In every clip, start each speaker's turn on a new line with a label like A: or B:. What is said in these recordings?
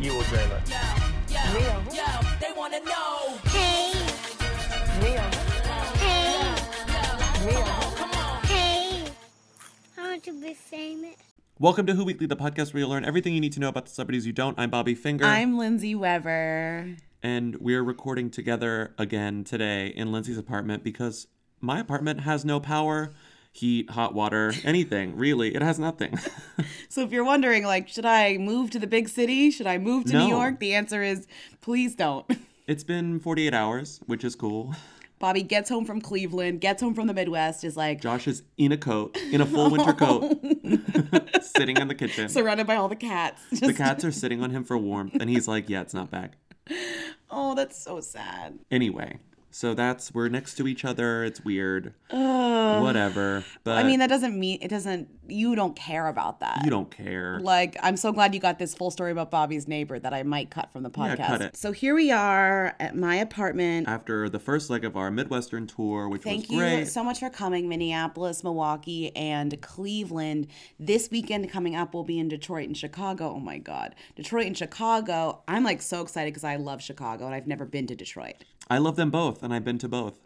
A: Evil trailer.
B: Real.
C: Hey,
B: Real.
C: hey,
B: Real.
C: hey. I want to be famous.
D: Welcome to Who Weekly, the podcast where you'll learn everything you need to know about the celebrities you don't. I'm Bobby Finger.
E: I'm Lindsay Weber.
D: and we're recording together again today in Lindsay's apartment because my apartment has no power, heat, hot water, anything, really. It has nothing.
E: So if you're wondering, like, should I move to the big city? Should I move to
D: No.
E: New York? The answer is please don't.
D: it's been 48 hours, which is cool.
E: Bobby gets home from Cleveland, gets home from the Midwest, is like
D: Josh is in a coat, in a full winter coat,
E: Oh.
D: sitting in the kitchen.
E: surrounded by all the cats. Just,
D: the cats are sitting on him for warmth, and he's like, Yeah, it's not back.
E: oh, that's so sad.
D: Anyway, so that's, we're next to each other. It's weird. Whatever. But
E: I mean, that doesn't mean it doesn't. You don't care about that.
D: you don't care.
E: Like, I'm so glad you got this full story about Bobby's neighbor that I might cut from the
D: Yeah,
E: podcast.
D: cut it.
E: So here we are at my apartment.
D: after the first leg of our Midwestern tour, which
E: Thank
D: was
E: you
D: great.
E: so much for coming, Minneapolis, Milwaukee, and Cleveland. This weekend coming up, we'll be in Detroit and Chicago. Oh my God. Detroit and Chicago. I'm like so excited because I love Chicago and I've never been to Detroit.
D: I love them both, and I've been to both.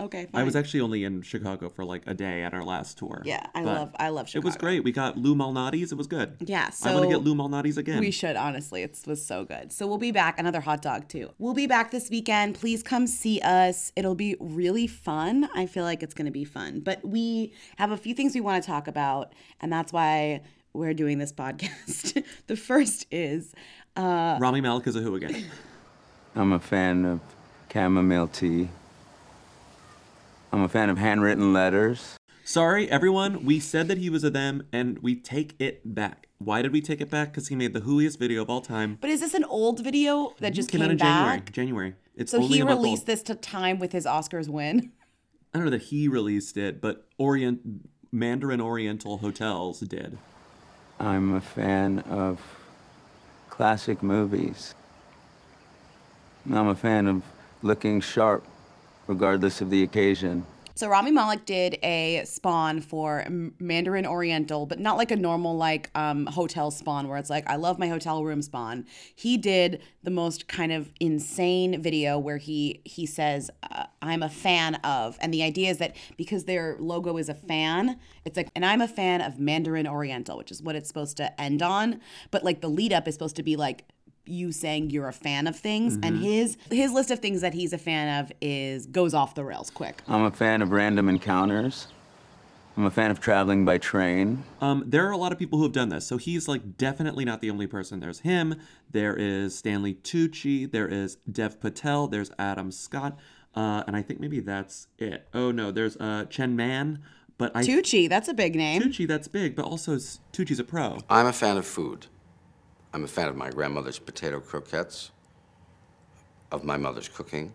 E: Okay. Fine.
D: I was actually only in Chicago for like a day at our last tour.
E: yeah, I
D: but
E: love I love
D: It
E: Chicago.
D: was great. We got Lou Malnati's. It was good.
E: Yeah,
D: I want to
E: so-
D: get Lou Malnati's again.
E: We should honestly. It was so good. So we'll be back. Another hot dog too. We'll be back this weekend. Please come see us. It'll be really fun. I feel like it's going to be fun. But we have a few things we want to talk about, and that's why we're doing this podcast. the first is
D: Rami Malek is a who again.
F: I'm a fan of chamomile tea. I'm a fan of handwritten letters.
D: Sorry, everyone. We said that he was a them, and we take it back. Why did we take it back? Because he made the hooiest video of all time.
E: But is this an old video that just
D: came, out in January.
E: back?
D: January. It's
E: So
D: only
E: he
D: about gold.
E: released this to time with his Oscars win.
D: I don't know that he released it, but Orient Mandarin Oriental Hotels did.
F: I'm a fan of classic movies. I'm a fan of looking sharp, regardless of the occasion.
E: So Rami Malek did a spawn for M- Mandarin Oriental, but not like a normal like um, hotel spawn where it's like I love my hotel room spawn. He did the most kind of insane video where he he says uh, I'm a fan of, and the idea is that because their logo is a fan, it's like and I'm a fan of Mandarin Oriental, which is what it's supposed to end on. But like the lead up is supposed to be like you saying you're a fan of things and his his list of things that he's a fan of is goes off the rails quick
F: I'm a fan of random encounters. I'm a fan of traveling by train.
D: Um, there are a lot of people who have done this. So he's like definitely not the only person. There's him. There is Stanley Tucci. There is Dev Patel. There's Adam Scott. Uh, and I think maybe that's it. Oh no, there's uh, Chen Man. But I
E: Tucci, that's a big name.
D: Tucci that's big, but also s- Tucci's a pro.
G: I'm a fan of food. I'm a fan of my grandmother's potato croquettes, of my mother's cooking,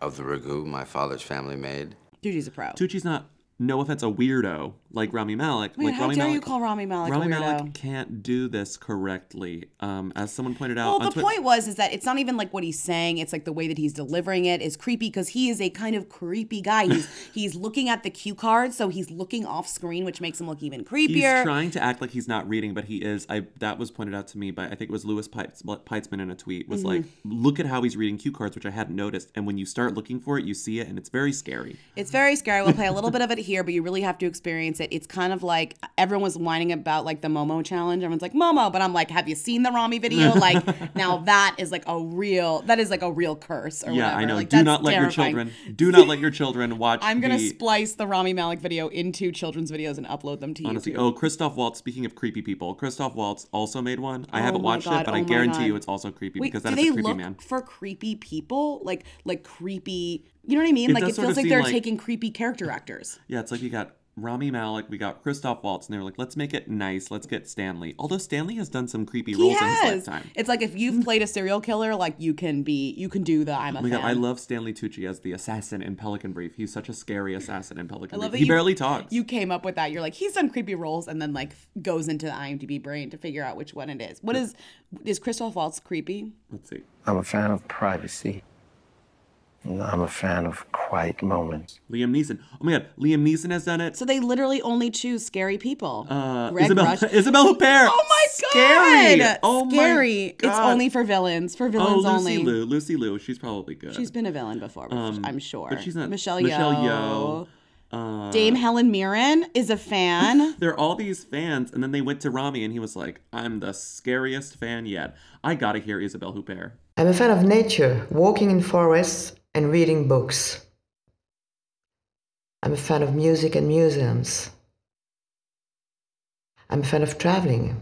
G: of the ragu my father's family made.
E: Tucci's a pro.
D: Tucci's not. No offense, a weirdo like Rami Malek.
E: Wait,
D: like
E: how
D: Rami
E: dare
D: Malek,
E: you call Rami Malek a
D: Rami
E: weirdo?
D: Malek can't do this correctly. Um, as someone pointed out
E: Well,
D: on
E: the
D: Twitter,
E: point was is that it's not even like what he's saying; it's like the way that he's delivering it is creepy because he is a kind of creepy guy. He's he's looking at the cue card, so he's looking off screen, which makes him look even creepier.
D: He's trying to act like he's not reading, but he is. I that was pointed out to me by I think it was Lewis Peitz, Peitzman in a tweet was
E: Mm-hmm.
D: like, "Look at how he's reading cue cards, which I hadn't noticed." And when you start looking for it, you see it, and it's very scary.
E: It's very scary. We'll play a little bit of it here, but you really have to experience it. It's kind of like everyone was whining about like the Momo challenge. Everyone's like Momo, but I'm like, have you seen the Rami video? Like now that is like a real that is like a real curse or
D: yeah,
E: whatever.
D: I know.
E: Like,
D: do
E: that's
D: not let
E: terrifying.
D: your children. Do not let your children watch.
E: I'm gonna
D: the-
E: splice the Rami Malik video into children's videos and upload them to
D: Honestly,
E: YouTube.
D: oh, Christoph Waltz. Speaking of creepy people, Christoph Waltz also made one. I haven't
E: my
D: watched it,
E: God,
D: but
E: oh
D: I
E: my
D: guarantee
E: God.
D: you, it's also creepy
E: Wait,
D: because
E: do
D: that is
E: they
D: a creepy
E: look
D: man.
E: for creepy people? Like like creepy. You know what I mean?
D: It
E: like
D: does
E: it
D: sort
E: feels
D: of
E: like
D: seem
E: they're
D: like-
E: taking creepy character actors.
D: Yeah, it's like we got Rami Malik, we got Christoph Waltz, and they were like, "Let's make it nice. Let's get Stanley." Although Stanley has done some creepy
E: He
D: roles in his
E: has.
D: lifetime.
E: It's like if you've played a serial killer, like you can be, you can do the I'm a
D: Oh my
E: fan.
D: god, I love Stanley Tucci as the assassin in Pelican Brief. He's such a scary assassin in Pelican
E: I
D: Brief.
E: love that
D: He
E: you-
D: barely talks.
E: You came up with that. You're like, he's done creepy roles, and then like f- goes into the IMDb brain to figure out which one it is. What is is Christoph Waltz creepy?
D: Let's see.
H: I'm a fan of privacy.
A: I'm a fan of quiet moments.
D: Liam Neeson. Oh my God, Liam Neeson has done it.
E: So they literally only choose scary people. Uh,
D: Isabel, Isabel Huppert.
E: Oh my
D: Scary.
E: god!
D: Oh
E: Scary.
D: my God.
E: It's only for villains. For
D: Oh,
E: villains
D: Lucy
E: only.
D: Liu. Lucy Liu. She's probably good. Um,
E: She's been a villain before, I'm sure.
D: But she's not
E: Michelle Yeoh.
D: Michelle Yeoh. Uh,
E: Dame Helen Mirren is a fan.
D: There are all these fans, and then they went to Rami, and he was like, "I'm the scariest fan yet. I gotta hear Isabel Huppert."
B: I'm a fan of nature, walking in forests and reading books. I'm a fan of music and museums. I'm a fan of traveling.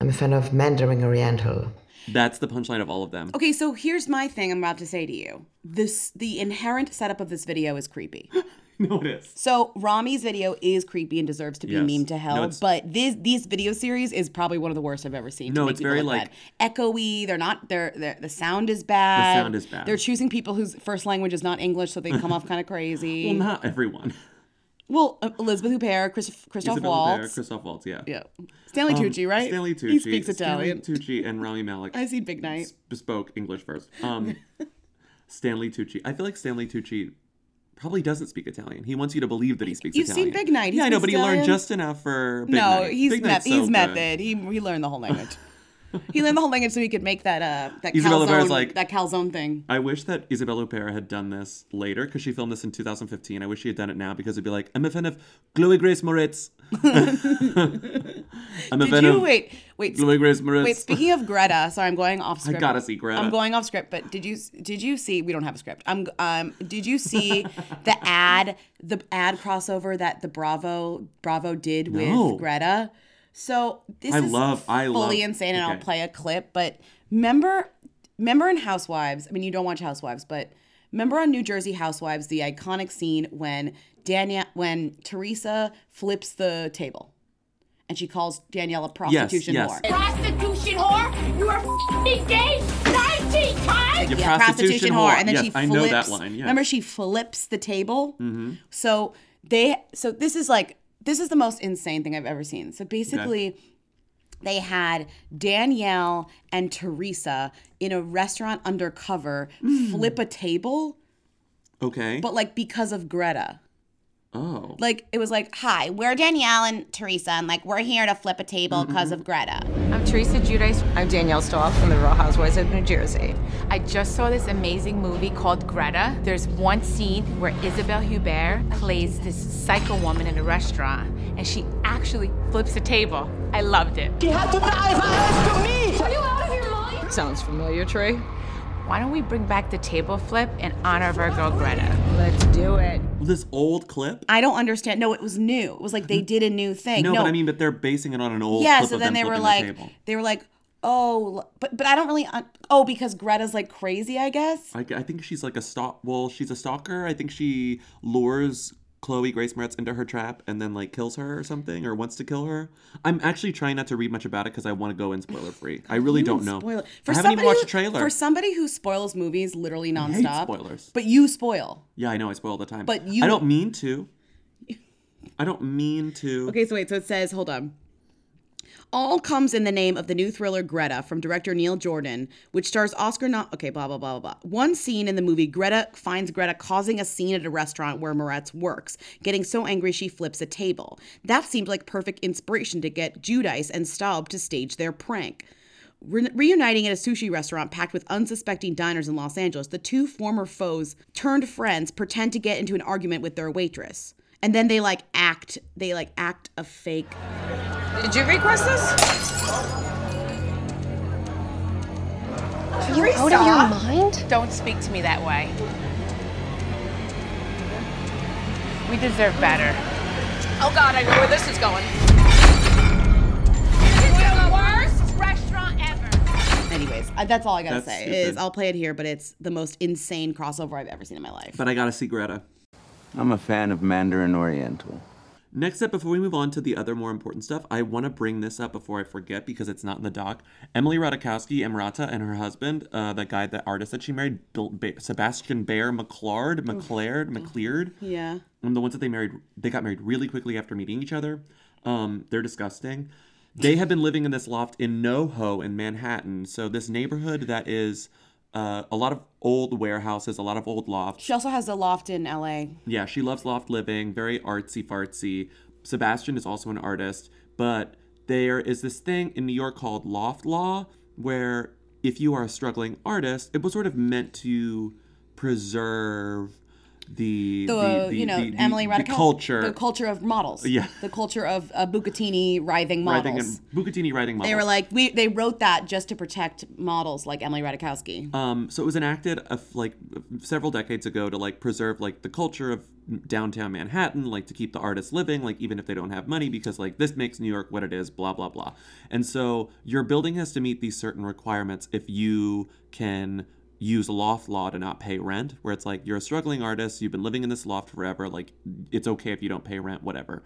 B: I'm a fan of Mandarin Oriental.
D: That's the punchline of all of them.
E: okay, so here's my thing I'm about to say to you. This the inherent setup of this video is creepy.
D: No, it is.
E: So Rami's video is creepy and deserves to be
D: Yes.
E: meme to hell,
D: No, it's-
E: but this these video series is probably one of the worst I've ever seen. to
D: No,
E: make
D: it's
E: people
D: very,
E: look
D: like-
E: bad. echoey. They're not. They're, they're the sound is bad.
D: sound is bad.
E: They're choosing people whose first language is not English, so they come off kind of crazy.
D: Well, not everyone.
E: Well, uh, Elizabeth Huppert, Christoph, Christoph
D: Isabel
E: Waltz.
D: Huppert, Christoph Waltz, yeah.
E: yeah. Stanley
D: Um,
E: Tucci, right?
D: Stanley Tucci.
E: He speaks Italian.
D: Stanley Tucci and Rami Malek.
E: I see Big Night.
D: Bespoke English first. Um, Stanley Tucci. I feel like Stanley Tucci probably doesn't speak Italian. He wants you to believe that he speaks
E: You've seen
D: Italian.
E: Big Night. He
D: yeah, I know,
E: speaks
D: but he learned
E: Italian.
D: just enough for Big
E: no,
D: Night.
E: he's
D: Big
E: meth-
D: Night's so
E: he's
D: good.
E: method. He he learned the whole language. he learned the whole language so he could make that uh that
D: Isabella Rivera's
E: calzone
D: like-
E: that calzone thing.
D: I wish that Isabella Huppert had done this later because she filmed this in 2015. I wish she had done it now because it'd be like, I'm a fan of Chloe Grace Moritz. I'm a
E: Did
D: fan
E: you
D: of
E: wait? Wait.
D: Chloe Grace Moritz.
E: Wait, speaking of Greta, sorry, I'm going off script.
D: gotta see Greta.
E: I'm going off script, but did you did you see? We don't have a script. I'm um. Did you see the ad the ad crossover that the Bravo Bravo did
D: No.
E: with Greta? So this
D: I
E: is
D: love- I
E: fully
D: love-
E: insane, and I'll
D: okay.
E: play a clip. But remember, remember in Housewives. I mean, you don't watch Housewives, but remember on New Jersey Housewives the iconic scene when Danielle when Teresa flips the table, and she calls Danielle a prostitution
D: yes.
E: whore.
H: Prostitution whore? You are f***ing gay 19 times?
D: Your
E: Yeah, prostitution, whore. And then
D: yes,
E: she flips.
D: I know that line. Yeah. Mm-hmm.
E: Remember, she flips the table. So they. So this is like this is the most insane thing I've ever seen. So basically. They had Danielle and Teresa in a restaurant undercover
D: Mm.
E: flip a table,
D: okay.
E: but like because of Greta.
D: oh.
E: Like it was like, "Hi, we're Danielle and Teresa, and like we're here to flip a table because of Greta."
I: I'm Teresa Judice. I'm Danielle Stahl from The Real Housewives of New Jersey.
H: I just saw this amazing movie called Greta. There's one scene where Isabel Hubert plays this psycho woman in a restaurant, and she actually flips a table. I loved it.
J: He had to die if I asked to meet.
H: Are you out of your mind?
I: Sounds familiar, Trey?
H: Why don't we bring back the table flip in honor of our girl Greta?
I: Let's do it.
D: this old clip?
E: I don't understand. No, it was new. It was like they did a new thing.
D: No, but I mean, but they're basing it on an old
E: yeah
D: clip
E: so
D: of
E: then
D: them
E: they were
D: flipping
E: like
D: the table.
E: they were like oh l- but but i don't really un- oh because greta's like crazy i guess
D: I, I think she's like a stalk. Well, she's a stalker. I think she lures Chloe Grace Moretz into her trap and then like kills her or something or wants to kill her. I'm actually trying not to read much about it because I want to go in spoiler free. I really don't know.
E: Spoiler.
D: I haven't even watched
E: who,
D: a trailer.
E: for somebody who spoils movies literally
D: hate
E: nonstop
D: spoilers.
E: but you spoil
D: yeah, I know I spoil all the time.
E: But you-
D: I don't mean to. I don't mean to.
E: okay so wait so it says hold on all comes in the name of the new thriller Greta from director Neil Jordan, which stars Oscar. Not okay, blah blah blah blah blah. One scene in the movie, Greta finds Greta causing a scene at a restaurant where Moretz works, getting so angry she flips a table. That seemed like perfect inspiration to get Judice and Staub to stage their prank. Re- reuniting at a sushi restaurant packed with unsuspecting diners in Los Angeles, the two former foes turned friends pretend to get into an argument with their waitress, and then they like act. They like act a fake.
I: Did you request this?
C: You out of your mind?
H: Don't speak to me that way. We deserve better.
I: Oh God, I know where this is going.
H: This is the worst restaurant ever.
E: Anyways, I- that's all I gotta
D: That's
E: say
D: stupid.
E: is I'll play it here, but it's the most insane crossover I've ever seen in my life.
D: But I gotta see Greta.
F: I'm a fan of Mandarin Oriental.
D: Next up, before we move on to the other more important stuff, I want to bring this up before I forget because it's not in the doc. Emily Ratajkowski, Emirata, and her husband, uh, the guy, the artist that she married, Bill, ba- Sebastian Bear McClard, McLeod, McLeod,
E: yeah.
D: um, the ones that they married, they got married really quickly after meeting each other. Um, they're disgusting. They have been living in this loft in NoHo in Manhattan. So this neighborhood that is uh, a lot of old warehouses, a lot of old lofts.
E: She also has a loft in LA.
D: Yeah, she loves loft living, very artsy fartsy. Sebastian is also an artist, but there is this thing in New York called loft law where if you are a struggling artist, it was sort of meant to preserve the the,
E: the,
D: the-
E: Uh, you know
D: the- the-
E: Emily
D: the
E: Ratajkowski
D: culture
E: the culture of models,
D: Yeah.
E: the culture of uh, Bucatini writhing models.
D: writing and Bucatini writing models.
E: they were like we they wrote that just to protect models like Emily Ratajkowski.
D: Um, so it was enacted uh, like several decades ago to like preserve like the culture of downtown Manhattan, like to keep the artists living, like even if they don't have money, because like this makes New York what it is, blah blah blah. And so your building has to meet these certain requirements if you can use loft law to not pay rent, where it's like you're a struggling artist, you've been living in this loft forever, like it's okay if you don't pay rent, whatever.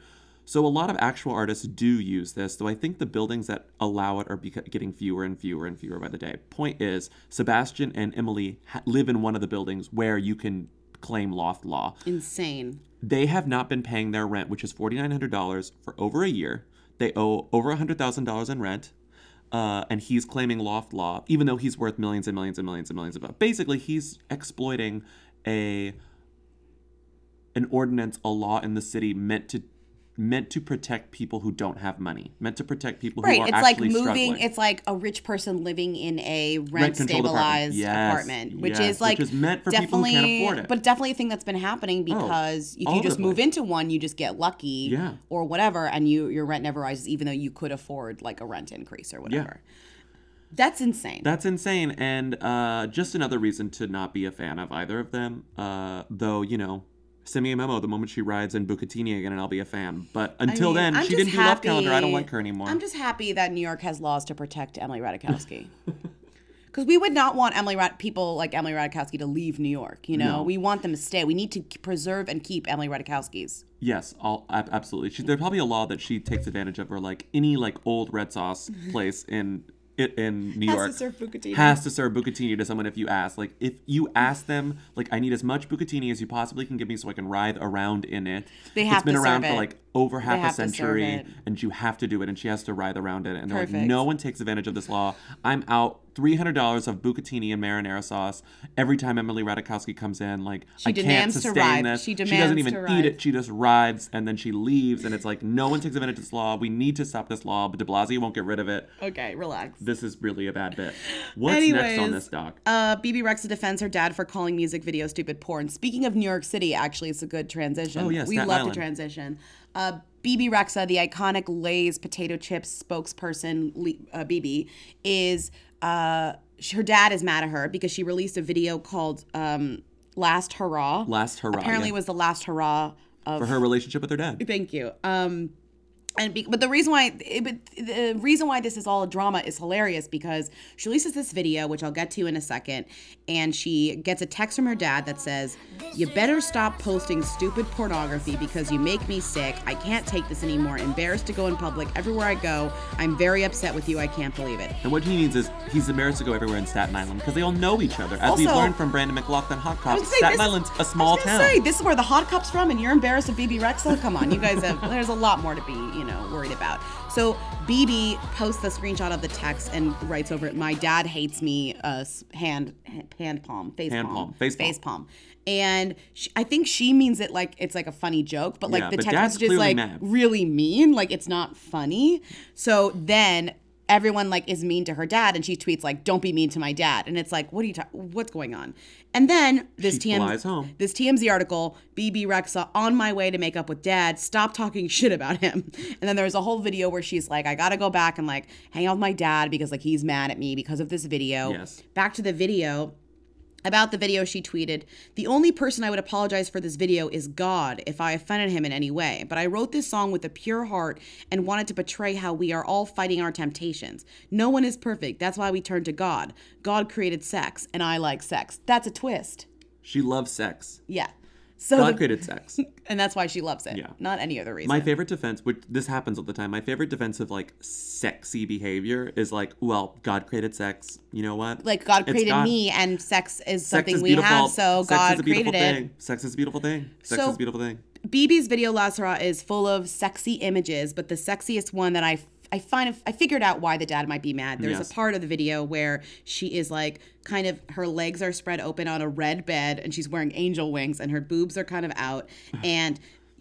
D: So a lot of actual artists do use this, though I think the buildings that allow it are beca- getting fewer and fewer and fewer by the day. Point is, Sebastian and Emily ha- live in one of the buildings where you can claim loft law.
E: Insane.
D: They have not been paying their rent, which is $4,900 for over a year. They owe over $100,000 in rent. Uh, and he's claiming loft law, even though he's worth millions and millions and millions and millions of dollars. Basically, he's exploiting a an ordinance, a law in the city meant to meant to protect people who don't have money, meant to protect people who
E: Right,
D: are
E: it's like
D: actually
E: moving.
D: struggling.
E: It's like a rich person living in a
D: Rent-controlled apartment.
E: rent-stabilized apartment,
D: Yes,
E: which
D: yes,
E: is like
D: which is meant for people who can't afford it. Oh,
E: but definitely a thing that's been happening because if
D: all
E: you
D: over
E: just
D: the
E: move
D: place.
E: into one, you just get lucky,
D: Yeah.
E: or whatever, and you your rent never rises, even though you could afford like a rent increase or whatever. That's insane.
D: That's insane, and uh, just another reason to not be a fan of either of them. Uh, though you know, send me a memo the moment she rides in Bucatini again, and I'll be a fan. But
E: I
D: until
E: mean,
D: then,
E: I'm
D: she
E: just
D: didn't do Love
E: happy-
D: Calendar. I don't like her anymore.
E: I'm just happy that New York has laws to protect Emily Ratajkowski. Because we would not want Emily Rat- people like Emily Ratajkowski to leave New York. You know, we want them to stay. We need to k- preserve and keep Emily Ratajkowski's.
D: Yes, all ab- absolutely. She, there's probably a law that she takes advantage of, or like any like old red sauce place in i- in New
E: Has to
D: York
E: serve bucatini.
D: has to serve bucatini to someone if you ask. Like if you ask them, like I need as much bucatini as you possibly can give me so I can writhe around in it.
E: They have
D: it's been
E: to serve
D: around for
E: it.
D: like over half a
E: have to serve
D: century,
E: it.
D: and you have to do it, and she has to writhe around in it. And they're like,
E: Perfect.
D: no one takes advantage of this law. I'm out. Three hundred dollars of bucatini and marinara sauce every time Emily Ratajkowski comes in. Like
E: She
D: I can't
E: demands to
D: sustain
E: writhe.
D: this.
E: She
D: she doesn't
E: demands
D: even
E: to
D: eat
E: writhe.
D: it. She just rides and then she leaves, and it's like no one takes advantage of this law. We need to stop this law, but De Blasio won't get rid of it.
E: Okay, relax.
D: This is really a bad bit. What's next on
E: Anyways,
D: this doc?
E: Uh, BB Rexa defends her dad for calling music video stupid porn. Speaking of New York City, actually, it's a good transition.
D: Oh, yeah,
E: we
D: Staten
E: love
D: Island.
E: the transition. Uh, BB Rexa, the iconic Lay's potato chips spokesperson, Le- uh, BB, is uh, sh- her dad is mad at her because she released a video called um, "Last Hurrah."
D: Last hurrah,
E: Apparently,
D: yeah.
E: it was the last hurrah of
D: For her relationship with her dad.
E: Thank you. Um, and be, but the reason why, it, but the reason why this is all a drama is hilarious because she releases this video, which I'll get to in a second, and she gets a text from her dad that says, "You better stop posting stupid pornography because you make me sick. I can't take this anymore. Embarrassed to go in public everywhere I go. I'm very upset with you. I can't believe it."
D: And what he means is he's embarrassed to go everywhere in Staten Island because they all know each other. As we've
E: Also-
D: learned from Brandon McLaughlin Hot
E: I would
D: Cops,
E: say
D: Staten
E: this-
D: Island's
E: I
D: a
E: was
D: small
E: gonna
D: town.
E: Say, this is where the hot cops from, and you're embarrassed of BB Rexel? Come on, you guys have. there's a lot more to be, you know, worried about. So BB posts a screenshot of the text and writes over it, "My dad hates me." Uh, s- hand, h- hand palm, face
D: Hand
E: palm,
D: palm, face palm.
E: palm. And she, I think she means it like it's like a funny joke, but like
D: Yeah,
E: the
D: but
E: text
D: dad's
E: message is
D: clearly
E: like
D: mad.
E: really mean. Like it's not funny. So then everyone like is mean to her dad, and she tweets like, "Don't be mean to my dad." And it's like, what are you? Ta- what's going on? And then this
D: She
E: TM
D: flies home.
E: this TMZ article, BB Rexa on my way to make up with dad, stop talking shit about him. And then there's a whole video where she's like, I gotta go back and like hang out with my dad because like he's mad at me because of this video.
D: Yes.
E: Back to the video. About the video, she tweeted, The only person I would apologize for this video is God if I offended him in any way. But I wrote this song with a pure heart and wanted to portray how we are all fighting our temptations. No one is perfect. That's why we turn to God. God created sex, and I like sex. That's a twist.
D: she loves sex.
E: Yeah. So
D: God
E: the-
D: created sex.
E: and that's why she loves it.
D: Yeah.
E: Not any other reason.
D: My favorite defense, which this happens all the time, my favorite defense of like sexy behavior is like, well, God created sex. You know what?
E: like God
D: It's
E: created
D: God.
E: me and sex is
D: Sex
E: something
D: is
E: we
D: beautiful.
E: have, so
D: Sex is a
E: God
D: beautiful
E: created
D: thing.
E: it.
D: Sex is a beautiful thing. Sex
E: So-
D: is a beautiful thing.
E: BB's video Lazara is full of sexy images, but the sexiest one that I I find I figured out why the dad might be mad. There's
D: Yes.
E: a part of the video where she is like kind of her legs are spread open on a red bed and she's wearing angel wings and her boobs are kind of out and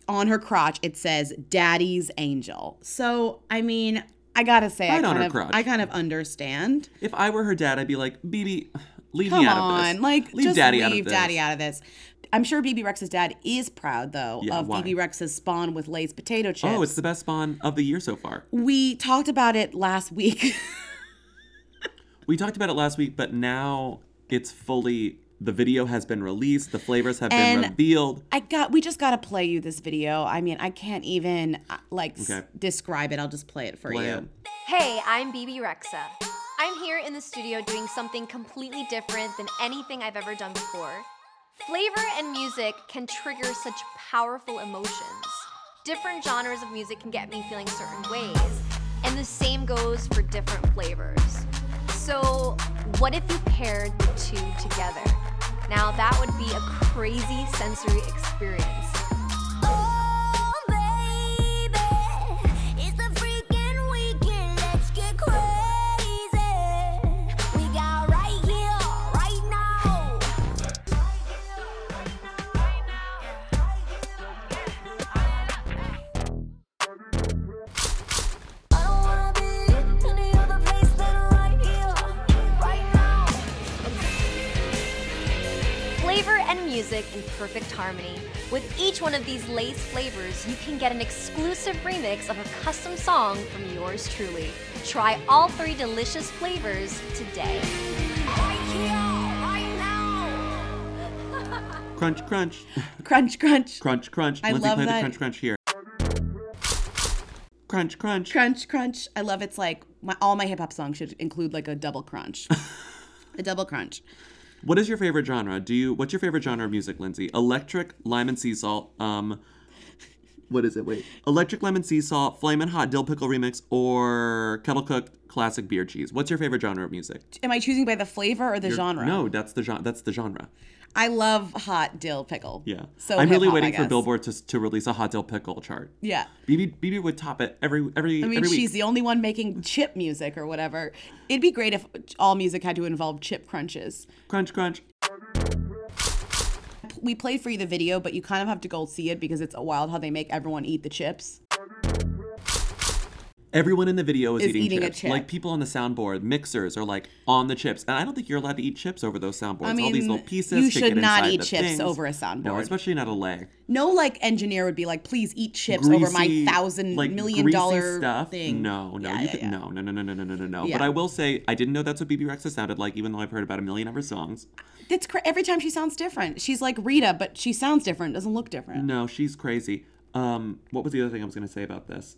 E: on her crotch it says daddy's angel. So, I mean, I got to say I
D: Right on
E: kind
D: her
E: of
D: crotch.
E: I kind of understand.
D: If I were her dad, I'd be like, BB, leave
E: Come
D: me out of
E: on,
D: this.
E: like
D: leave
E: just
D: daddy
E: leave
D: out of this.
E: daddy out of this. I'm sure BB Rex's dad is proud though
D: Yeah,
E: of
D: why?
E: BB Rex's spawn with Lay's potato chips.
D: Oh, it's the best spawn of the year so far.
E: we talked about it last week.
D: We talked about it last week, but now it's fully. The video has been released. The flavors have
E: And-
D: been revealed.
E: I got we just got to play you this video. I mean, I can't even uh, like s-
D: Okay.
E: describe it. I'll just play it for
D: Play
E: you.
D: it.
K: Hey, I'm BB Rexa. I'm here in the studio doing something completely different than anything I've ever done before. Flavor and music can trigger such powerful emotions. Different genres of music can get me feeling certain ways, and the same goes for different flavors. So, what if you paired the two together? Now, that would be a crazy sensory experience.
L: Oh,
K: Flavor and music in perfect harmony. With each one of these Lay's flavors, you can get an exclusive remix of a custom song from yours truly. Try all three delicious flavors today.
D: Crunch, crunch,
E: Crunch crunch.
D: crunch, crunch.
E: I
D: Lindsay,
E: love
D: play the
E: that.
D: crunch, crunch here. Crunch, crunch.
E: crunch crunch i love it's like my all my hip-hop songs should include like a double crunch a double crunch
D: What is your favorite genre? Do you? What's your favorite genre of music, Lindsay? Electric, lime and sea salt. Um, what is it? Wait, electric lemon sea salt, flamin' hot dill pickle remix, or kettle cooked classic beer cheese. What's your favorite genre of music?
E: am i choosing by the flavor or the genre
D: No, that's the genre. That's the genre.
E: i love hot dill pickle
D: Yeah.
E: so
D: I'm really
E: hip-hop, I
D: waiting for
E: guess.
D: Billboard to, to release a hot dill pickle chart.
E: yeah
D: BB BB would top it every every
E: I mean,
D: every week.
E: she's the only one making chip music or whatever. It'd be great if all music had to involve chip crunches.
D: crunch crunch.
E: P- We played for you the video, but you kind of have to go see it because it's wild how they make everyone eat the chips.
D: Everyone in the video is,
E: Is
D: eating,
E: eating a
D: chips.
E: chip.
D: Like people on the soundboard, mixers are like on the chips, and I don't think you're allowed to eat chips over those soundboards.
E: I
D: All these
E: mean,
D: little pieces. to
E: you should
D: get
E: not
D: inside
E: eat
D: the
E: chips
D: things.
E: over a soundboard.
D: No, especially not a lay.
E: No, like engineer would be like, please eat chips over my
D: Greasy,
E: thousand
D: like,
E: million
D: greasy
E: dollar
D: stuff.
E: thing.
D: No, no,
E: Yeah,
D: you
E: yeah,
D: could,
E: yeah.
D: no, no, no, no, no, no, no, no, no. But
E: Yeah.
D: I will say, I didn't know that's what BB Rexa sounded like, even though I've heard about a million of her songs.
E: That's cra- every time she sounds different. She's like Rita, but she sounds different. Doesn't look different.
D: No, she's crazy. Um, what was the other thing I was going to say about this?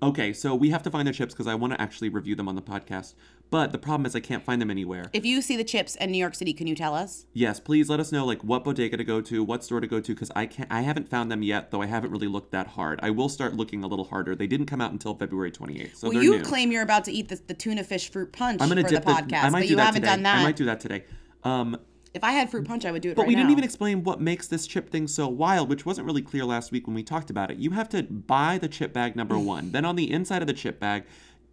D: Okay, so we have to find the chips because I want to actually review them on the podcast. But the problem is I can't find them anywhere.
E: If you see the chips in New York City, can you tell us?
D: yes, please let us know like what bodega to go to, what store to go to, because I can't. I haven't found them yet, though. I haven't really looked that hard. I will start looking a little harder. They didn't come out until February 28th, so
E: well,
D: they're
E: you
D: new.
E: claim you're about to eat the, the tuna fish fruit punch
D: I'm gonna
E: for
D: dip
E: the podcast,
D: I might
E: but
D: do
E: you
D: that
E: haven't
D: today.
E: done that.
D: I might do that today. Um,
E: If I had fruit punch, I would do it.
D: But
E: right
D: we didn't
E: now.
D: even explain what makes this chip thing so wild, which wasn't really clear last week when we talked about it. You have to buy the chip bag number one. Then on the inside of the chip bag,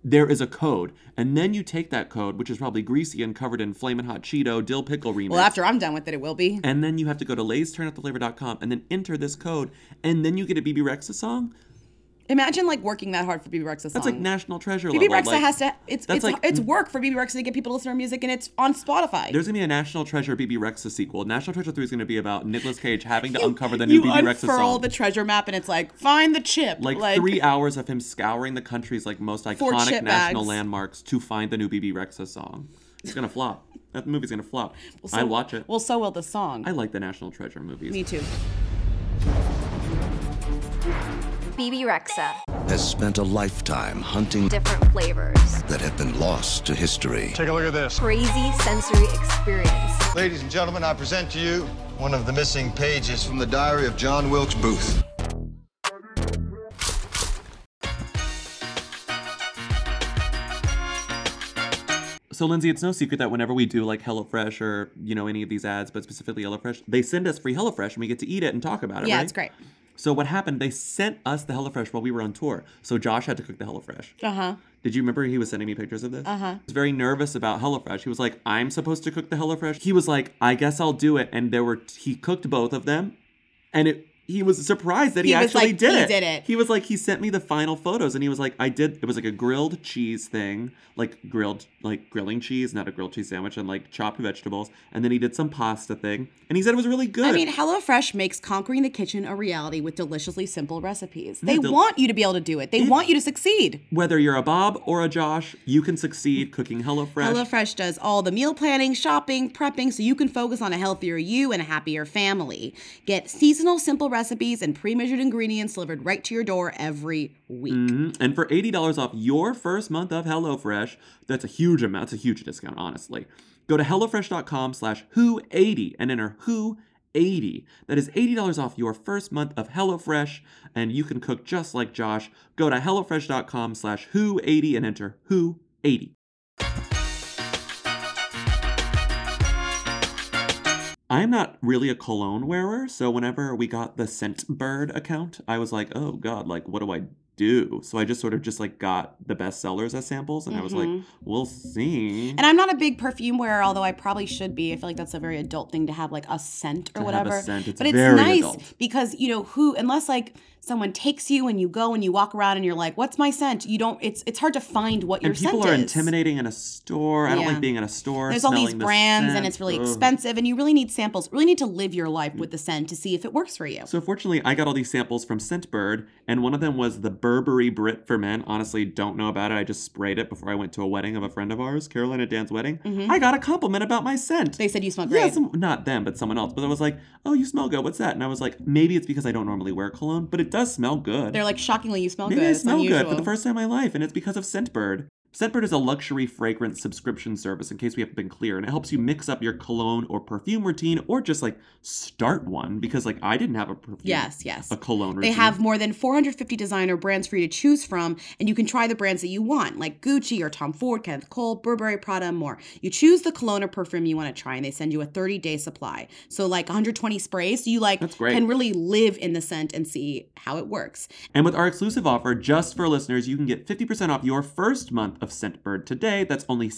D: there is a code. And then you take that code, which is probably greasy and covered in flaming hot Cheeto, dill pickle remix.
E: Well, after I'm done with it, it will be.
D: and then you have to go to laysturnuptheflavor.com and then enter this code. And then you get a BB Rexa song.
E: Imagine like working that hard for BB Rexa song.
D: That's like national treasure
E: BB
D: level.
E: Rexa
D: like,
E: has to. It's
D: that's
E: it's,
D: like- mm.
E: it's work for BB Rexa to get people to listen to her music, and it's on Spotify.
D: There's gonna be a National Treasure BB Rexa sequel. National Treasure 3 is gonna be about Nicolas Cage having to uncover the new
E: you
D: BB Rexa
E: unfurl
D: song.
E: the treasure map, and it's like find the chip.
D: like, three hours of him scouring the country's like most
E: Four
D: iconic
E: chip
D: national
E: bags.
D: landmarks to find the new BB Rexa song. It's gonna flop. That movie's gonna flop.
E: so-
D: I watch it.
E: Well, so will the song.
D: I like the National Treasure movies.
E: Me too.
K: BB Rexa,
M: has spent a lifetime hunting
K: different flavors.
M: that have been lost to history.
N: Take a look at this.
K: Crazy sensory experience.
N: Ladies and gentlemen, I present to you one of the missing pages from the diary of John Wilkes Booth.
D: So Lindsay, it's no secret that whenever we do like HelloFresh or you know any of these ads, but specifically HelloFresh, they send us free HelloFresh and we get to eat it and talk about it.
E: Yeah,
D: right?
E: it's great.
D: So what happened? They sent us the HelloFresh while we were on tour. So Josh had to cook the HelloFresh.
E: Uh huh.
D: Did you remember he was sending me pictures of this?
E: Uh-huh.
D: He was very nervous about HelloFresh. He was like, "I'm supposed to cook the HelloFresh." He was like, "I guess I'll do it." And there were he cooked both of them, and it he was surprised that he,
E: He was
D: actually
E: like,
D: did
E: "He
D: it.
E: did it.
D: He was like, he sent me the final photos, and he was like, "I did." It was like a grilled cheese thing, like grilled like grilling cheese, not a grilled cheese sandwich, and like chopped vegetables. And then he did some pasta thing, and he said it was really good.
E: I mean, HelloFresh makes conquering the kitchen a reality with deliciously simple recipes.
D: Yeah,
E: They
D: del-
E: want you to be able to do it. They want you to succeed.
D: whether you're a Bob or a Josh, you can succeed cooking HelloFresh.
E: HelloFresh does all the meal planning, shopping, prepping, so you can focus on a healthier you and a happier family. Get seasonal, simple recipes and pre measured ingredients delivered right to your door every week.
D: Mhm. And for $80 off your first month of HelloFresh, that's a huge amount. It's a huge discount, honestly. Go to HelloFresh.com slash who80 and enter who80. That is $80 off your first month of HelloFresh, and you can cook just like Josh. Go to HelloFresh.com slash who80 and enter who80. I'm not really a cologne wearer, so whenever we got the Scentbird account, I was like, oh god, like what do I do? So I just sort of just like got the best sellers as samples, and I was like,
E: Mhm.
D: we'll see.
E: And I'm not a big perfume wearer, although I probably should be. I feel like that's a very adult thing to have like a scent or
D: To have a
E: whatever.
D: scent, it's
E: but it's
D: very
E: nice
D: adult.
E: because you know who, unless like someone takes you and you go and you walk around and you're like, "What's my scent?" You don't. It's it's hard to find what your
D: and people
E: scent
D: are
E: is.
D: intimidating in a store. I don't
E: Yeah.
D: like being in a store.
E: There's all these
D: smelling the
E: brands and
D: scent.
E: it's really
D: Ugh.
E: expensive, and you really need samples. Really need to live your life with the scent to see if it works for you.
D: So fortunately, I got all these samples from Scentbird, and one of them was the Burberry Brit for Men. Honestly, don't know about it. I just sprayed it before I went to a wedding of a friend of ours, Carolina Dan's wedding.
E: Mhm.
D: I got a compliment about my scent.
E: They said you smell great.
D: Yeah, some, not them, but someone else. But I was like, "Oh, you smell good. What's that?" And I was like, "Maybe it's because I don't normally wear cologne, but it does smell good."
E: They're like shockingly, you smell
D: Maybe
E: good.
D: I
E: It's
D: smell good for the
E: unusual."
D: first time in my life, and it's because of Scentbird. Scentbird is a luxury fragrance subscription service, in case we haven't been clear, and it helps you mix up your cologne or perfume routine, or just like start one. Because like I didn't have a perfume,
E: Yes, yes.
D: a cologne
E: They
D: routine.
E: have more than 450 designer brands for you to choose from, and you can try the brands that you want, like Gucci or Tom Ford, Kenneth Cole, Burberry, Prada, and more. You choose the cologne or perfume you want to try, and they send you a 30 day supply. So, like 120 sprays, so you like
D: great.
E: can really live in the scent and see how it works.
D: And with our exclusive offer just for listeners, you can get 50% off your first month of Scentbird today. That's only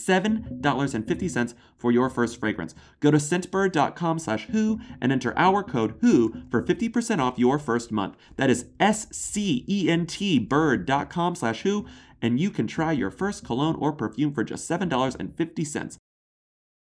D: $7.50 for your first fragrance. Go to scentbird.com slash who and enter our code who for 50% off your first month. That is E S-C-E-N-T bird.com slash who and you can try your first cologne or perfume for just $7.50.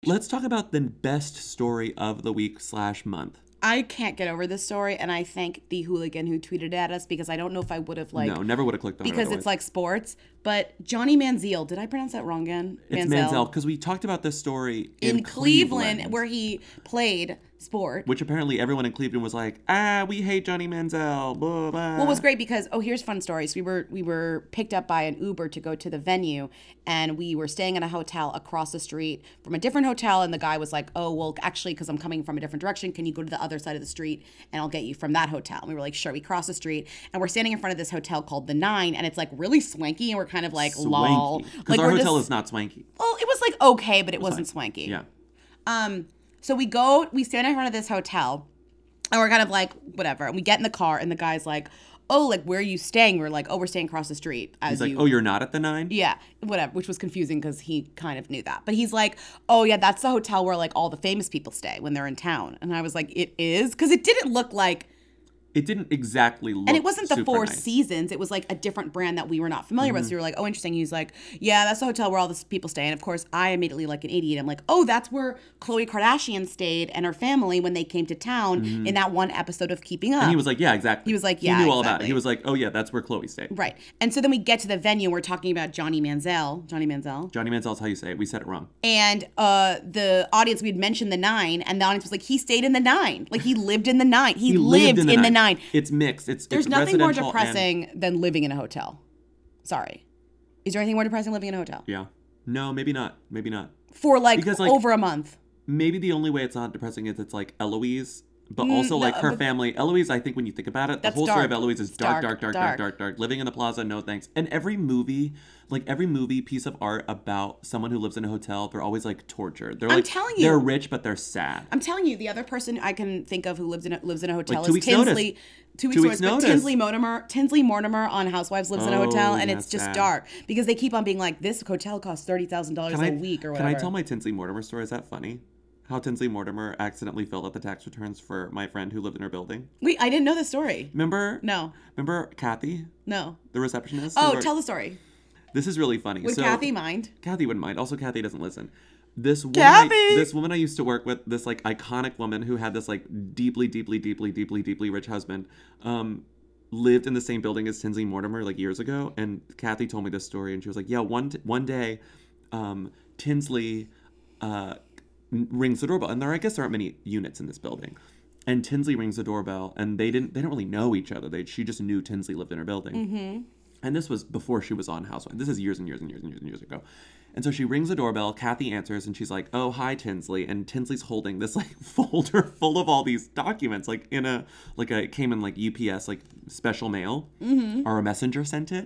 D: Let's talk about the best story of the week slash month.
E: I can't get over this story, and I thank the hooligan who tweeted at us because I don't know if I would have like
D: no, never would have clicked on it
E: because
D: otherwise.
E: it's like sports. But Johnny Manziel, did I pronounce that wrong again?
D: It's Manziel because we talked about this story in,
E: in, Cleveland, where he played sport.
D: which apparently everyone in Cleveland was like, ah, we hate Johnny Manziel. Blah, blah.
E: What was great because oh here's fun stories. We were we were picked up by an Uber to go to the venue and we were staying in a hotel across the street from a different hotel and the guy was like, "Oh, well actually cuz I'm coming from a different direction, can you go to the other side of the street and I'll get you from that hotel." And we were like, "Sure." We crossed the street and we're standing in front of this hotel called The 9 and it's like really swanky and we're kind of like lol.
D: Because
E: Like
D: our
E: we're
D: hotel
E: just-
D: is not swanky.
E: Well, it was like okay, but it, was not swanky.
D: Yeah.
E: Um, so we go, we stand in front of this hotel, and we're kind of like, whatever. And we get in the car, and the guy's like, "Oh, like where are you staying?" We're like, "Oh, we're staying across the street."
D: He's like,
E: you-
D: oh, you're not at the nine?
E: yeah, whatever, which was confusing because he kind of knew that. But he's like, oh, yeah, that's the hotel where like all the famous people stay when they're in town. And I was like, it is? Because it didn't look like,
D: It didn't exactly look
E: and it wasn't the
D: super
E: Four
D: nice.
E: Seasons. It was like a different brand that we were not familiar with.
D: Mhm.
E: So we were like, oh, interesting. He's like, yeah, that's the hotel where all the people stay. And of course, I immediately, like an idiot, I'm like, oh, that's where Khloe Kardashian stayed and her family when they came to town
D: Mhm.
E: in that one episode of Keeping Up.
D: And he was like, yeah, exactly.
E: He was like, yeah,
D: He knew all about it.
E: exactly.
D: He was like, oh, yeah, that's where Chloe stayed.
E: right. And so then we get to the venue. and We're talking about Johnny Manziel. Johnny Manziel.
D: Johnny Manziel's how you say it. We said it wrong.
E: and uh the audience we had mentioned the nine and the audience was like he stayed in the nine like he lived in the nine he, lived, in, the, nine,
D: It's mixed. It's
E: there's
D: it's
E: nothing more
D: residential and-
E: depressing than living in a hotel sorry is there anything more depressing than living in a hotel
D: yeah. No, maybe not. Maybe not.
E: for like,
D: Because, like-
E: over a month
D: Maybe the only way it's not depressing is it's like Eloise But
E: Mm,
D: also,
E: no,
D: like her
E: but-
D: family, Eloise. I think when you think about it, the
E: That's
D: whole story of
E: dark.
D: Eloise is
E: It's
D: dark, dark,
E: dark,
D: dark, dark, dark,
E: dark.
D: dark. Living in the plaza, no thanks. And every movie, like every movie piece of art about someone who lives in a hotel, they're always like tortured. They're
E: I'm
D: like
E: telling
D: they're
E: you.
D: rich, but they're sad.
E: I'm telling you, the other person I can think of who lives in a, lives in a hotel
D: Like, two
E: is
D: weeks'
E: Tinsley.
D: notice.
E: Two weeks,
D: Two
E: notice,
D: weeks'
E: but
D: notice.
E: Tinsley Mortimer, Tinsley Mortimer on Housewives lives in a hotel,
D: Oh,
E: and
D: yeah,
E: it's just
D: sad.
E: dark because they keep on being like, "This hotel costs thirty thousand dollars
D: Can
E: a
D: I-
E: week or
D: Can
E: whatever."
D: I tell my Tinsley Mortimer story? Is that funny? How Tinsley Mortimer accidentally filled out the tax returns for my friend who lived in her building.
E: Wait, I didn't know the story.
D: Remember?
E: No,
D: Remember Kathy,
E: no.
D: the receptionist?
E: Oh,
D: Remember-
E: tell the story.
D: This is really funny.
E: Would
D: so,
E: Kathy mind?
D: Kathy wouldn't mind. Also, Kathy doesn't listen. This woman, I-
E: Kathy!
D: this woman I used to work with, this like iconic woman who had this like deeply, deeply, deeply, deeply, deeply rich husband, um, lived in the same building as Tinsley Mortimer like years ago. And Kathy told me this story, and she was like, "Yeah, one t- one day, um, Tinsley uh, n- rings the doorbell, and there I guess there aren't many units in this building." And Tinsley rings the doorbell, and they didn't they don't really know each other. They she just knew Tinsley lived in her building
E: Mm-hmm.
D: and this was before she was on Housewives. This is years and years and years and years and years ago. And so she rings the doorbell. Kathy answers, and she's like, "Oh, hi, Tinsley." And Tinsley's holding this like folder full of all these documents, like in a like a it came in like UPS, like special mail,
O: Mhm.
D: or a messenger sent it.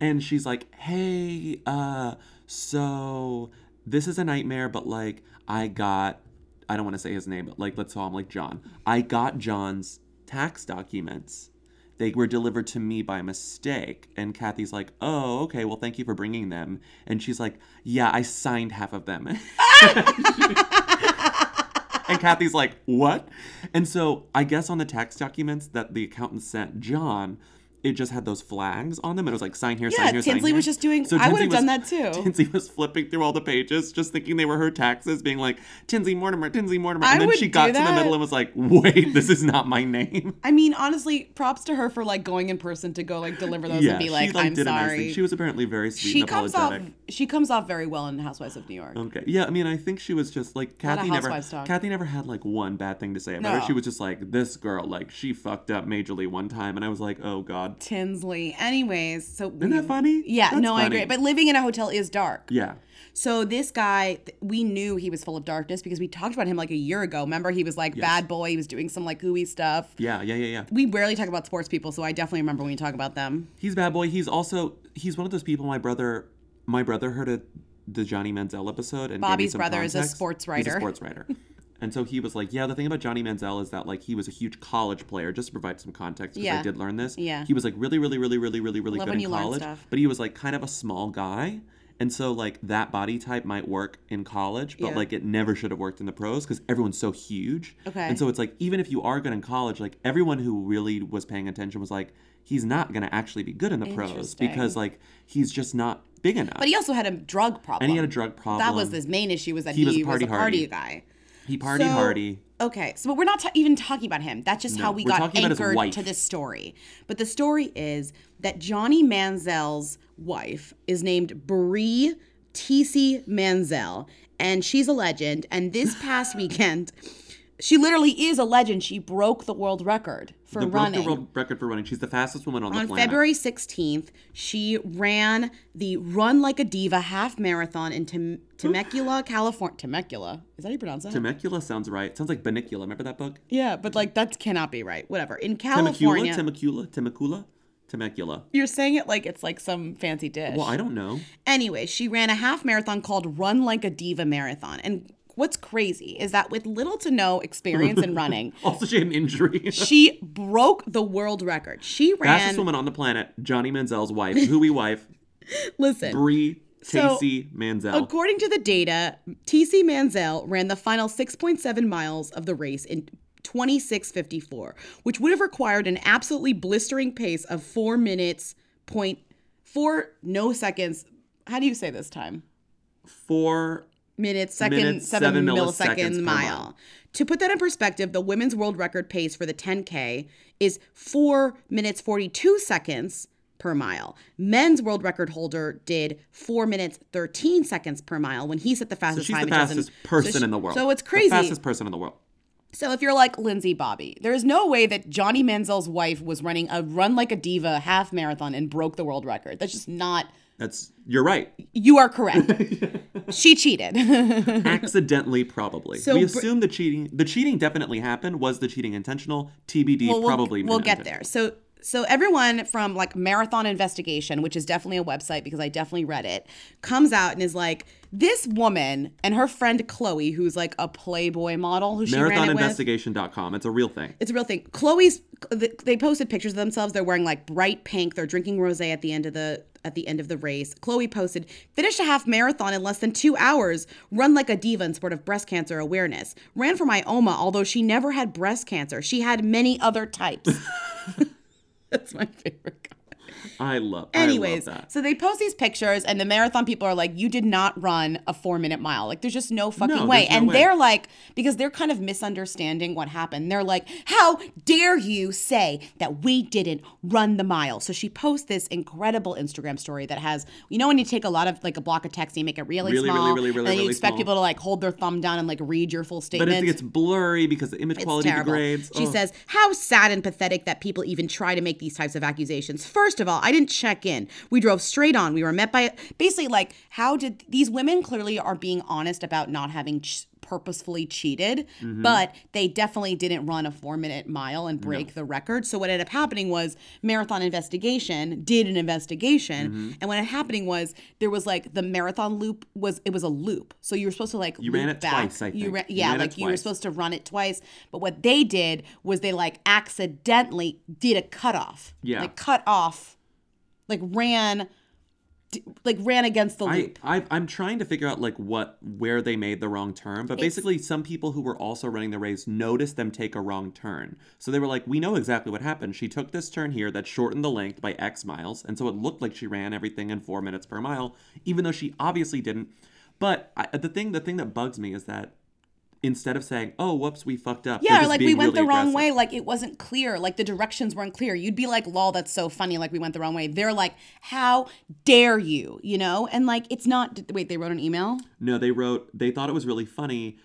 D: And she's like, "Hey, uh, so this is a nightmare, but like I got, I don't want to say his name, but like let's call him like John. I got John's tax documents." they were delivered to me by mistake. And Kathy's like, oh, okay, well, thank you for bringing them. And she's like, yeah, I signed half of them. and Kathy's like, what? And so I guess on the tax documents that the accountant sent John, it just had those flags on them. It was like, sign here,
E: Yeah,
D: sign here, sign
E: Tinsley
D: here.
E: was just doing. I would have
D: Tinsley
E: done
D: was-
E: that too.
D: Tinsley was flipping through all the pages, just thinking they were her taxes, being like, Tinsley Mortimer, Tinsley Mortimer.
E: I
D: And then
E: would
D: she got
E: do
D: to the
E: that.
D: middle and was like, wait, this is not my name.
E: I mean, honestly, props to her for like going in person to go like deliver those and be like, "I'm
D: did a nice thing.
E: sorry."
D: She was apparently very sweet
E: She
D: and
E: comes off.
D: apologetic.
E: She comes off very well in Housewives of New York.
D: Okay. Yeah, I mean, I think she was just like
E: Not a
D: Kathy never.
E: housewives talk.
D: Kathy never had like one bad thing to say about her.
E: No.
D: She was just like this girl, like she fucked up majorly one time, and I was like, oh god.
E: Tinsley. Anyways, so
D: Isn't that funny?
E: Yeah,
D: That's
E: no, I
D: funny.
E: agree. But living in a hotel is dark.
D: Yeah.
E: So this guy, th- we knew he was full of darkness because we talked about him like a year ago. Remember, he was like
D: Yes.
E: bad boy. He was doing some like gooey stuff.
D: Yeah. Yeah. Yeah. Yeah.
E: We rarely talk about sports people, so I definitely remember when we talk about them.
D: He's a bad boy. He's also he's one of those people. My brother, my brother heard a, the Johnny Manziel episode, and gave me
E: Bobby's
D: some
E: brother is a
D: context.
E: sports
D: He's a
E: writer.
D: sports writer. And so he was like, "Yeah, the thing about Johnny Manziel is that like he was a huge college player." Just to provide some context, because I
E: Yeah.
D: did learn this.
E: Yeah.
D: he was like really, really, really, really, really, really
E: Love
D: good
E: when
D: in
E: you learn
D: college,
E: stuff.
D: but he was like kind of a small guy, and so like that body type might work in college, but
E: Yeah.
D: like it never should have worked in the pros because everyone's so huge.
E: Okay.
D: and so it's like even if you are good in college, like everyone who really was paying attention was like, he's not gonna actually be good in the pros
E: Interesting.
D: because like he's just not big enough.
E: But he also had a drug problem.
D: and he had a drug problem.
E: That was his main issue was that
D: He
E: he,
D: was a
E: was
D: party
E: a party
D: hardy.
E: guy.
D: He party
E: So-
D: hardy.
E: Okay, so but we're not ta- even talking about him. That's just
D: No,
E: how we
D: we're
E: got
D: talking about his wife.
E: anchored to this story. But the story is that Johnny Manziel's wife is named Bree TC Manziel, and she's a legend. And this past weekend, she literally is a legend. She broke the world record for
D: the, broke
E: running.
D: the world record for running. She's the fastest woman on, the
E: On
D: planet.
E: February 16th, she ran the Run Like a Diva half marathon in Tem- Temecula, California. Temecula? Is that how you pronounce that?
D: Temecula sounds right. Sounds like Benicula. Remember that book?
E: Yeah, but like that cannot be right. Whatever. In
D: Temecula,
E: California,
D: Temecula, Temecula, Temecula.
E: you're saying it like it's like some fancy dish.
D: Well, I don't know.
E: Anyway, she ran a half marathon called Run Like a Diva Marathon. And what's crazy is that with little to no experience in running,
D: Also, she had an injury.
E: she broke the world record. She
D: fastest
E: ran
D: woman on the planet. Johnny Manziel's wife, hooey wife,
E: Listen.
D: Bree
E: So,
D: Tacey Manziel.
E: According to the data, TC Manziel ran the final 6.7 miles of the race in 26:54, which would have required an absolutely blistering pace of 4 minutes point 4 no seconds. How do you say this time?
D: Four
E: minutes, second,
D: minutes,
E: seven,
D: seven milliseconds
E: milliseconds,
D: per
E: mile.
D: mile.
E: To put that in perspective, the women's world record pace for the 10K is four minutes, 42 seconds per mile. Men's world record holder did four minutes, 13 seconds per mile when he set the
D: So
E: fastest
D: she's
E: time.
D: the
E: It doesn't-
D: fastest person
E: so she-
D: in the world.
E: So it's
D: The
E: crazy.
D: fastest person in the world.
E: So if you're like Lindsay Bobby, there is no way that Johnny Manziel's wife was running a run like a diva half marathon and broke the world record. That's just not
D: That's you're right.
E: You are correct. she cheated.
D: Accidentally, probably.
E: So
D: we
E: Br-
D: assume the cheating. The cheating definitely happened. Was the cheating intentional? TBD.
E: Well, we'll-
D: probably.
E: We'll
D: not
E: get
D: intentional.
E: there. So so everyone from like Marathon Investigation, which is definitely a website because I definitely read it, comes out and is like, this woman and her friend Chloe, who's like a Playboy model, who she ran it with.
D: Marathoninvestigation.com. It's a real thing.
E: It's a real thing. Chloe's th- they posted pictures of themselves. They're wearing like bright pink. They're drinking rosé at the end of the at the end of the race. Chloe posted, "Finished a half marathon in less than 2 hours. Run like a diva in sport of breast cancer awareness. Ran for my OMA although she never had breast cancer. She had many other types." That's my favorite.
D: I love.
E: Anyways,
D: I love that.
E: so they post these pictures, and the marathon people are like, "You did not run a four-minute mile. Like, there's just no fucking
D: No,
E: way."
D: there's no
E: and
D: way.
E: they're like, because they're kind of misunderstanding what happened. They're like, "How dare you say that we didn't run the mile?" So she posts this incredible Instagram story that has, you know, when you take a lot of like a block of text and you make it really,
D: Really, really,
E: small,
D: really, really,
E: and then you
D: really
E: expect
D: small.
E: people to like hold their thumb down and like read your full
D: but
E: statement.
D: it gets blurry because the image
E: It's
D: quality
E: terrible.
D: degrades.
E: She
D: Ugh.
E: says, How sad and pathetic that people even try to make these types of accusations. First of all, I didn't check in. We drove straight on. We were met by basically like, how did these women clearly are being honest about not having ch- purposefully cheated,
D: Mm-hmm.
O: Mhm.
E: but they definitely didn't run a four minute mile and break
O: No.
E: the record. So what ended up happening was Marathon Investigation did an investigation.
D: Mhm.
E: And what ended up happening was there was like the marathon loop was it was a loop. So you were supposed to like
D: You ran
E: loop
D: it
E: back.
D: twice, I
E: You
D: think.
E: ran,
D: You
E: yeah,
D: ran it
E: like you were
D: twice.
E: supposed to run it twice. But what they did was they like accidentally did a cutoff.
D: Yeah.
E: Like cut off, like ran, d- like ran against the
D: I,
E: loop.
D: I I'm trying to figure out like what where they made the wrong turn, but
E: It's-
D: basically some people who were also running the race noticed them take a wrong turn. So they were like, "We know exactly what happened. She took this turn here that shortened the length by X miles, and so it looked like she ran everything in 4 minutes per mile, even though she obviously didn't." But I, the thing the thing that bugs me is that instead of saying, "Oh, whoops, we fucked up." they're
E: Yeah, or
D: just
E: like we
D: being
E: went
D: really
E: the wrong
D: aggressive.
E: way. Like it wasn't clear. Like the directions weren't clear. You'd be like, lol, that's so funny. Like we went the wrong way. They're like, how dare you? You know? And like it's not. d- Wait, they wrote an email?
D: No, they wrote they thought it was really funny.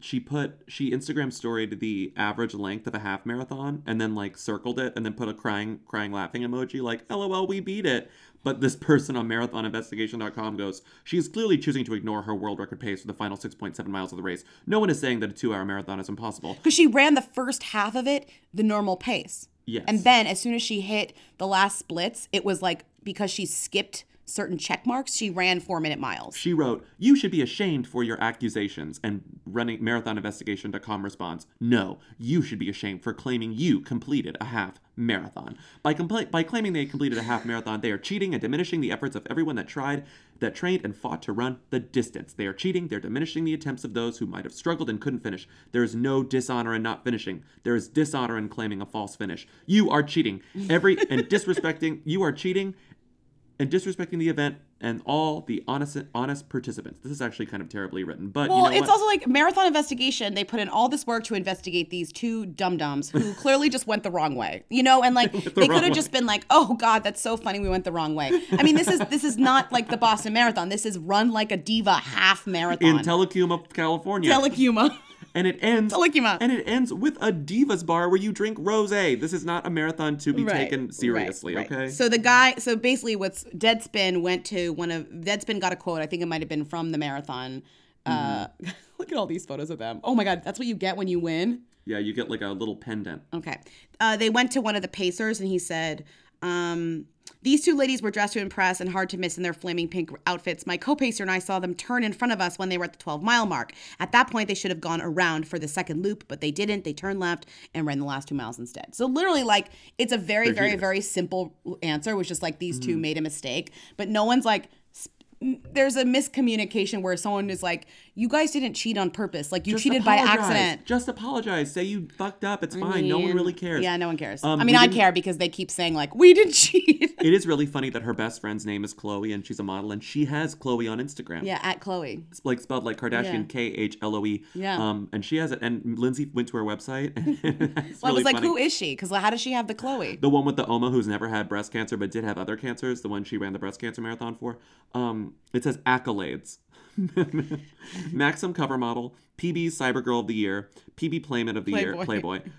D: She put she Instagram storied the average length of a half marathon and then like circled it and then put a crying crying laughing emoji like LOL we beat it. But this person on marathoninvestigation.com goes, she's clearly choosing to ignore her world record pace for the final 6.7 miles of the race. No one is saying that a two hour marathon is impossible.
E: Because she ran the first half of it the normal pace.
D: Yes.
E: And then as soon as she hit the last splits, it was like because she skipped certain check marks, she ran four minute miles.
D: She wrote, You should be ashamed for your accusations. And running marathoninvestigation.com responds, No, you should be ashamed for claiming you completed a half marathon. By, compla- by claiming they completed a half marathon, they are cheating and diminishing the efforts of everyone that tried, that trained, and fought to run the distance. They are cheating, they're diminishing the attempts of those who might have struggled and couldn't finish. There is no dishonor in not finishing. There is dishonor in claiming a false finish. You are cheating. Every and disrespecting, you are cheating and disrespecting the event and all the honest honest participants. This is actually kind of terribly written, but
E: well,
D: you know
E: it's
D: what?
E: also like marathon investigation. They put in all this work to investigate these two dum dums who clearly just went the wrong way, you know. And like
D: They went the
E: they could
D: wrong
E: have
D: way.
E: just been like, "Oh God, that's so funny. We went the wrong way." I mean, this is this is not like the Boston Marathon. This is run like a diva half
D: in
E: marathon.
D: Telecuma, California.
E: Telecuma.
D: and it ends
E: Telecuma.
D: and it ends with a divas bar where you drink rosé. This is not a marathon to be
E: Right,
D: taken
E: right,
D: seriously,
E: right.
D: okay?
E: So the guy, so basically, what's Deadspin went to one of Deadspin got a quote. I think it might have been from the marathon. Uh,
D: Mm-hmm.
E: look at all these photos of them. Oh my God, that's what you get when you win.
D: yeah, you get like a little pendant.
E: Okay. Uh, they went to one of the Pacers and he said, um, These two ladies were dressed to impress and hard to miss in their flaming pink outfits. My co pacer and I saw them turn in front of us when they were at the 12 mile mark. At that point, they should have gone around for the second loop, but they didn't. They turned left and ran the last two miles instead. So, literally, like, it's a very,
O: They're
E: very,
O: genius.
E: very simple answer, which is like these two
D: Mm.
O: Mhm.
E: made a mistake, but no one's like, sp- there's a miscommunication where someone is like, "You guys didn't cheat on purpose. Like you
D: Just
E: cheated by
D: apologize.
E: accident."
D: Just apologize. Say you fucked up. It's
E: I
D: fine. no one
E: mean,
D: really cares.
E: Yeah, no one cares.
D: Um,
E: I
D: we
E: mean, I
D: didn't-
E: care because they keep saying like we didn't cheat. it
D: is really funny that her best friend's name is Chloe and she's a model and she has Chloe on Instagram.
E: Yeah, at Chloe.
D: It's like spelled like
E: Yeah.
D: Kardashian, K H L O E.
E: Yeah.
D: Um, and she has it. And Lindsay went to her website. And it's
E: So I
D: really
E: was like,
D: funny.
E: who is she? Because how does she have the Chloe?
D: the one with the Oma who's never had breast cancer but did have other cancers, the one she ran the breast cancer marathon for. Um, it says accolades. Maxim cover model, PB Cyber Girl of the Year, PB Playmate of the Year,
E: Playboy.
D: Playboy,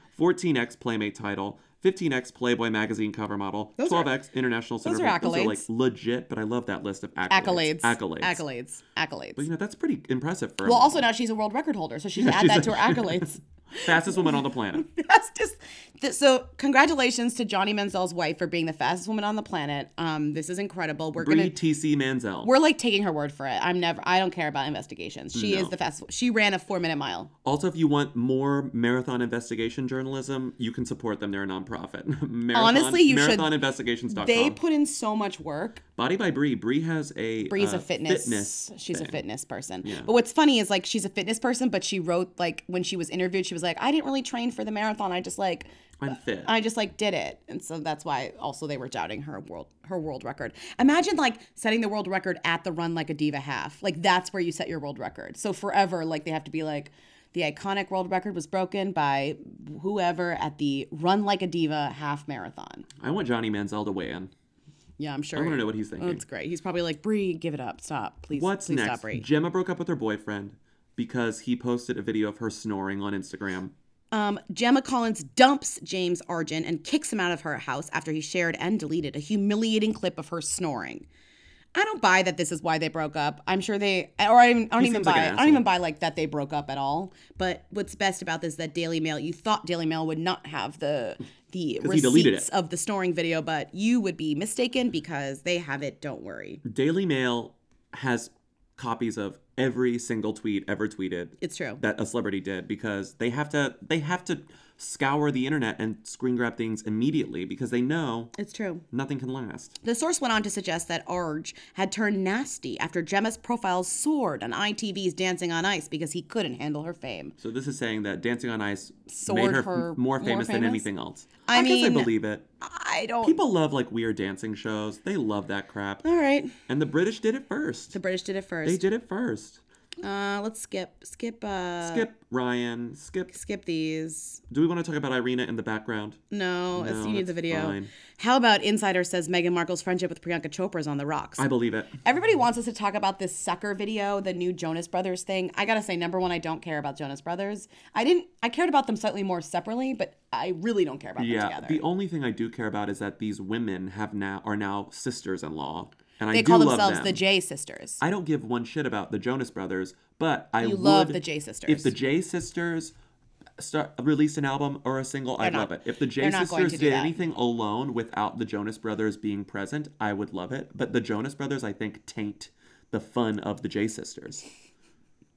D: 14X Playmate title, 15X Playboy magazine cover model,
E: Those are-
D: 12X International
E: those
D: Center.
E: are
D: for- like
E: accolades.
D: legit, but I love that list of accolades.
E: Accolades.
D: Accolades.
E: Accolades. Accolades.
D: But you know, that's pretty impressive for a
E: Well, also now she's a world record holder, so she's
D: Yeah,
E: add
D: she's
E: that
D: a-
E: to her accolades.
D: fastest woman on the planet.
E: That's just th- so. Congratulations to Johnny Manziel's wife for being the fastest woman on the planet. Um, this is incredible. We're
D: Bree
E: gonna
D: T.C. Manzel.
E: we're like taking her word for it. I'm never. I don't care about investigations. She
D: No.
E: is the fastest. She ran a four minute mile.
D: Also, if you want more marathon investigation journalism, you can support them. They're a nonprofit. marathon,
E: Honestly, you should-
D: marathoninvestigations.com.
E: They put in so much work.
D: Body by Bree. Bree has a
E: Bree's
D: uh,
E: a fitness.
D: fitness
E: she's
D: thing.
E: a fitness person.
D: Yeah.
E: But what's funny is like she's a fitness person, but she wrote like when she was interviewed, she was like, "I didn't really train for the marathon. I just like."
D: I'm fit.
E: I just like did it, and so that's why also they were doubting her world her world record. Imagine like setting the world record at the run like a diva half. Like that's where you set your world record. So forever, like they have to be like the iconic world record was broken by whoever at the run like a diva half marathon.
D: I want Johnny Manziel to weigh in.
E: Yeah, I'm sure.
D: I wanna know what he's thinking.
E: That's great. He's probably like Bree, give it up, stop, please,
D: What's
E: please
D: next?
E: stop, Bree.
D: Gemma broke up with her boyfriend because he posted a video of her snoring on Instagram.
E: Um, Gemma Collins dumps James Argent and kicks him out of her house after he shared and deleted a humiliating clip of her snoring. I don't buy that this is why they broke up. I'm sure they, or I, don't- I don't
D: He
E: even
D: seems like
E: buy.
D: an
E: it. I don't even buy like that they broke up at all. But what's best about this is that Daily Mail, you thought Daily Mail would not have the the
D: 'Cause he deleted
E: receipts
D: it.
E: of the snoring video, but you would be mistaken because they have it. Don't worry,
D: Daily Mail has copies of every single tweet ever tweeted.
E: it's true.
D: that a celebrity did because they have to they have to scour the internet and screen grab things immediately because they know
E: It's true.
D: nothing can last.
E: The source went on to suggest that Arj had turned nasty after Gemma's profile soared on ITV's Dancing on Ice because he couldn't handle her fame.
D: So this is saying that Dancing on Ice made
E: Soared
D: her,
E: her
D: m- more
E: more
D: famous, than
E: famous?
D: anything else.
E: I
D: guess I
E: mean,
D: believe it.
E: I don't.
D: People love like weird dancing shows. They love that crap.
E: All right.
D: And the British did it first.
E: The British did it first.
D: They did it first.
E: Uh, let's skip, skip, uh,
D: skip Ryan. Skip.
E: skip Mm-hmm. these.
D: Do we want to talk about Irina in the background?
E: No, it's,
D: No,
E: you need the
D: that's
E: video.
D: fine.
E: How about Insider says Meghan Markle's friendship with Priyanka Chopra is on the rocks?
D: I believe it.
E: Everybody wants us to talk about this sucker video, the new Jonas Brothers thing. I gotta say, number one, I don't care about Jonas Brothers. I didn't. I cared about them slightly more separately, but I really don't care about them
D: Yeah.
E: together.
D: The only thing I do care about is that these women have now are now sisters in law. And I
E: they
D: do
E: call
D: love
E: themselves
D: them.
E: the J sisters.
D: I don't give one shit about the Jonas Brothers, but I
E: You
D: would,
E: love the J Sisters.
D: If the J Sisters start released an album or a single, I'd
E: They're
D: love it.
E: not-
D: If the J
E: they're not going
D: Sisters
E: to do
D: did
E: that.
D: anything alone without the Jonas Brothers being present, I would love it. But the Jonas Brothers, I think, taint the fun of the J Sisters.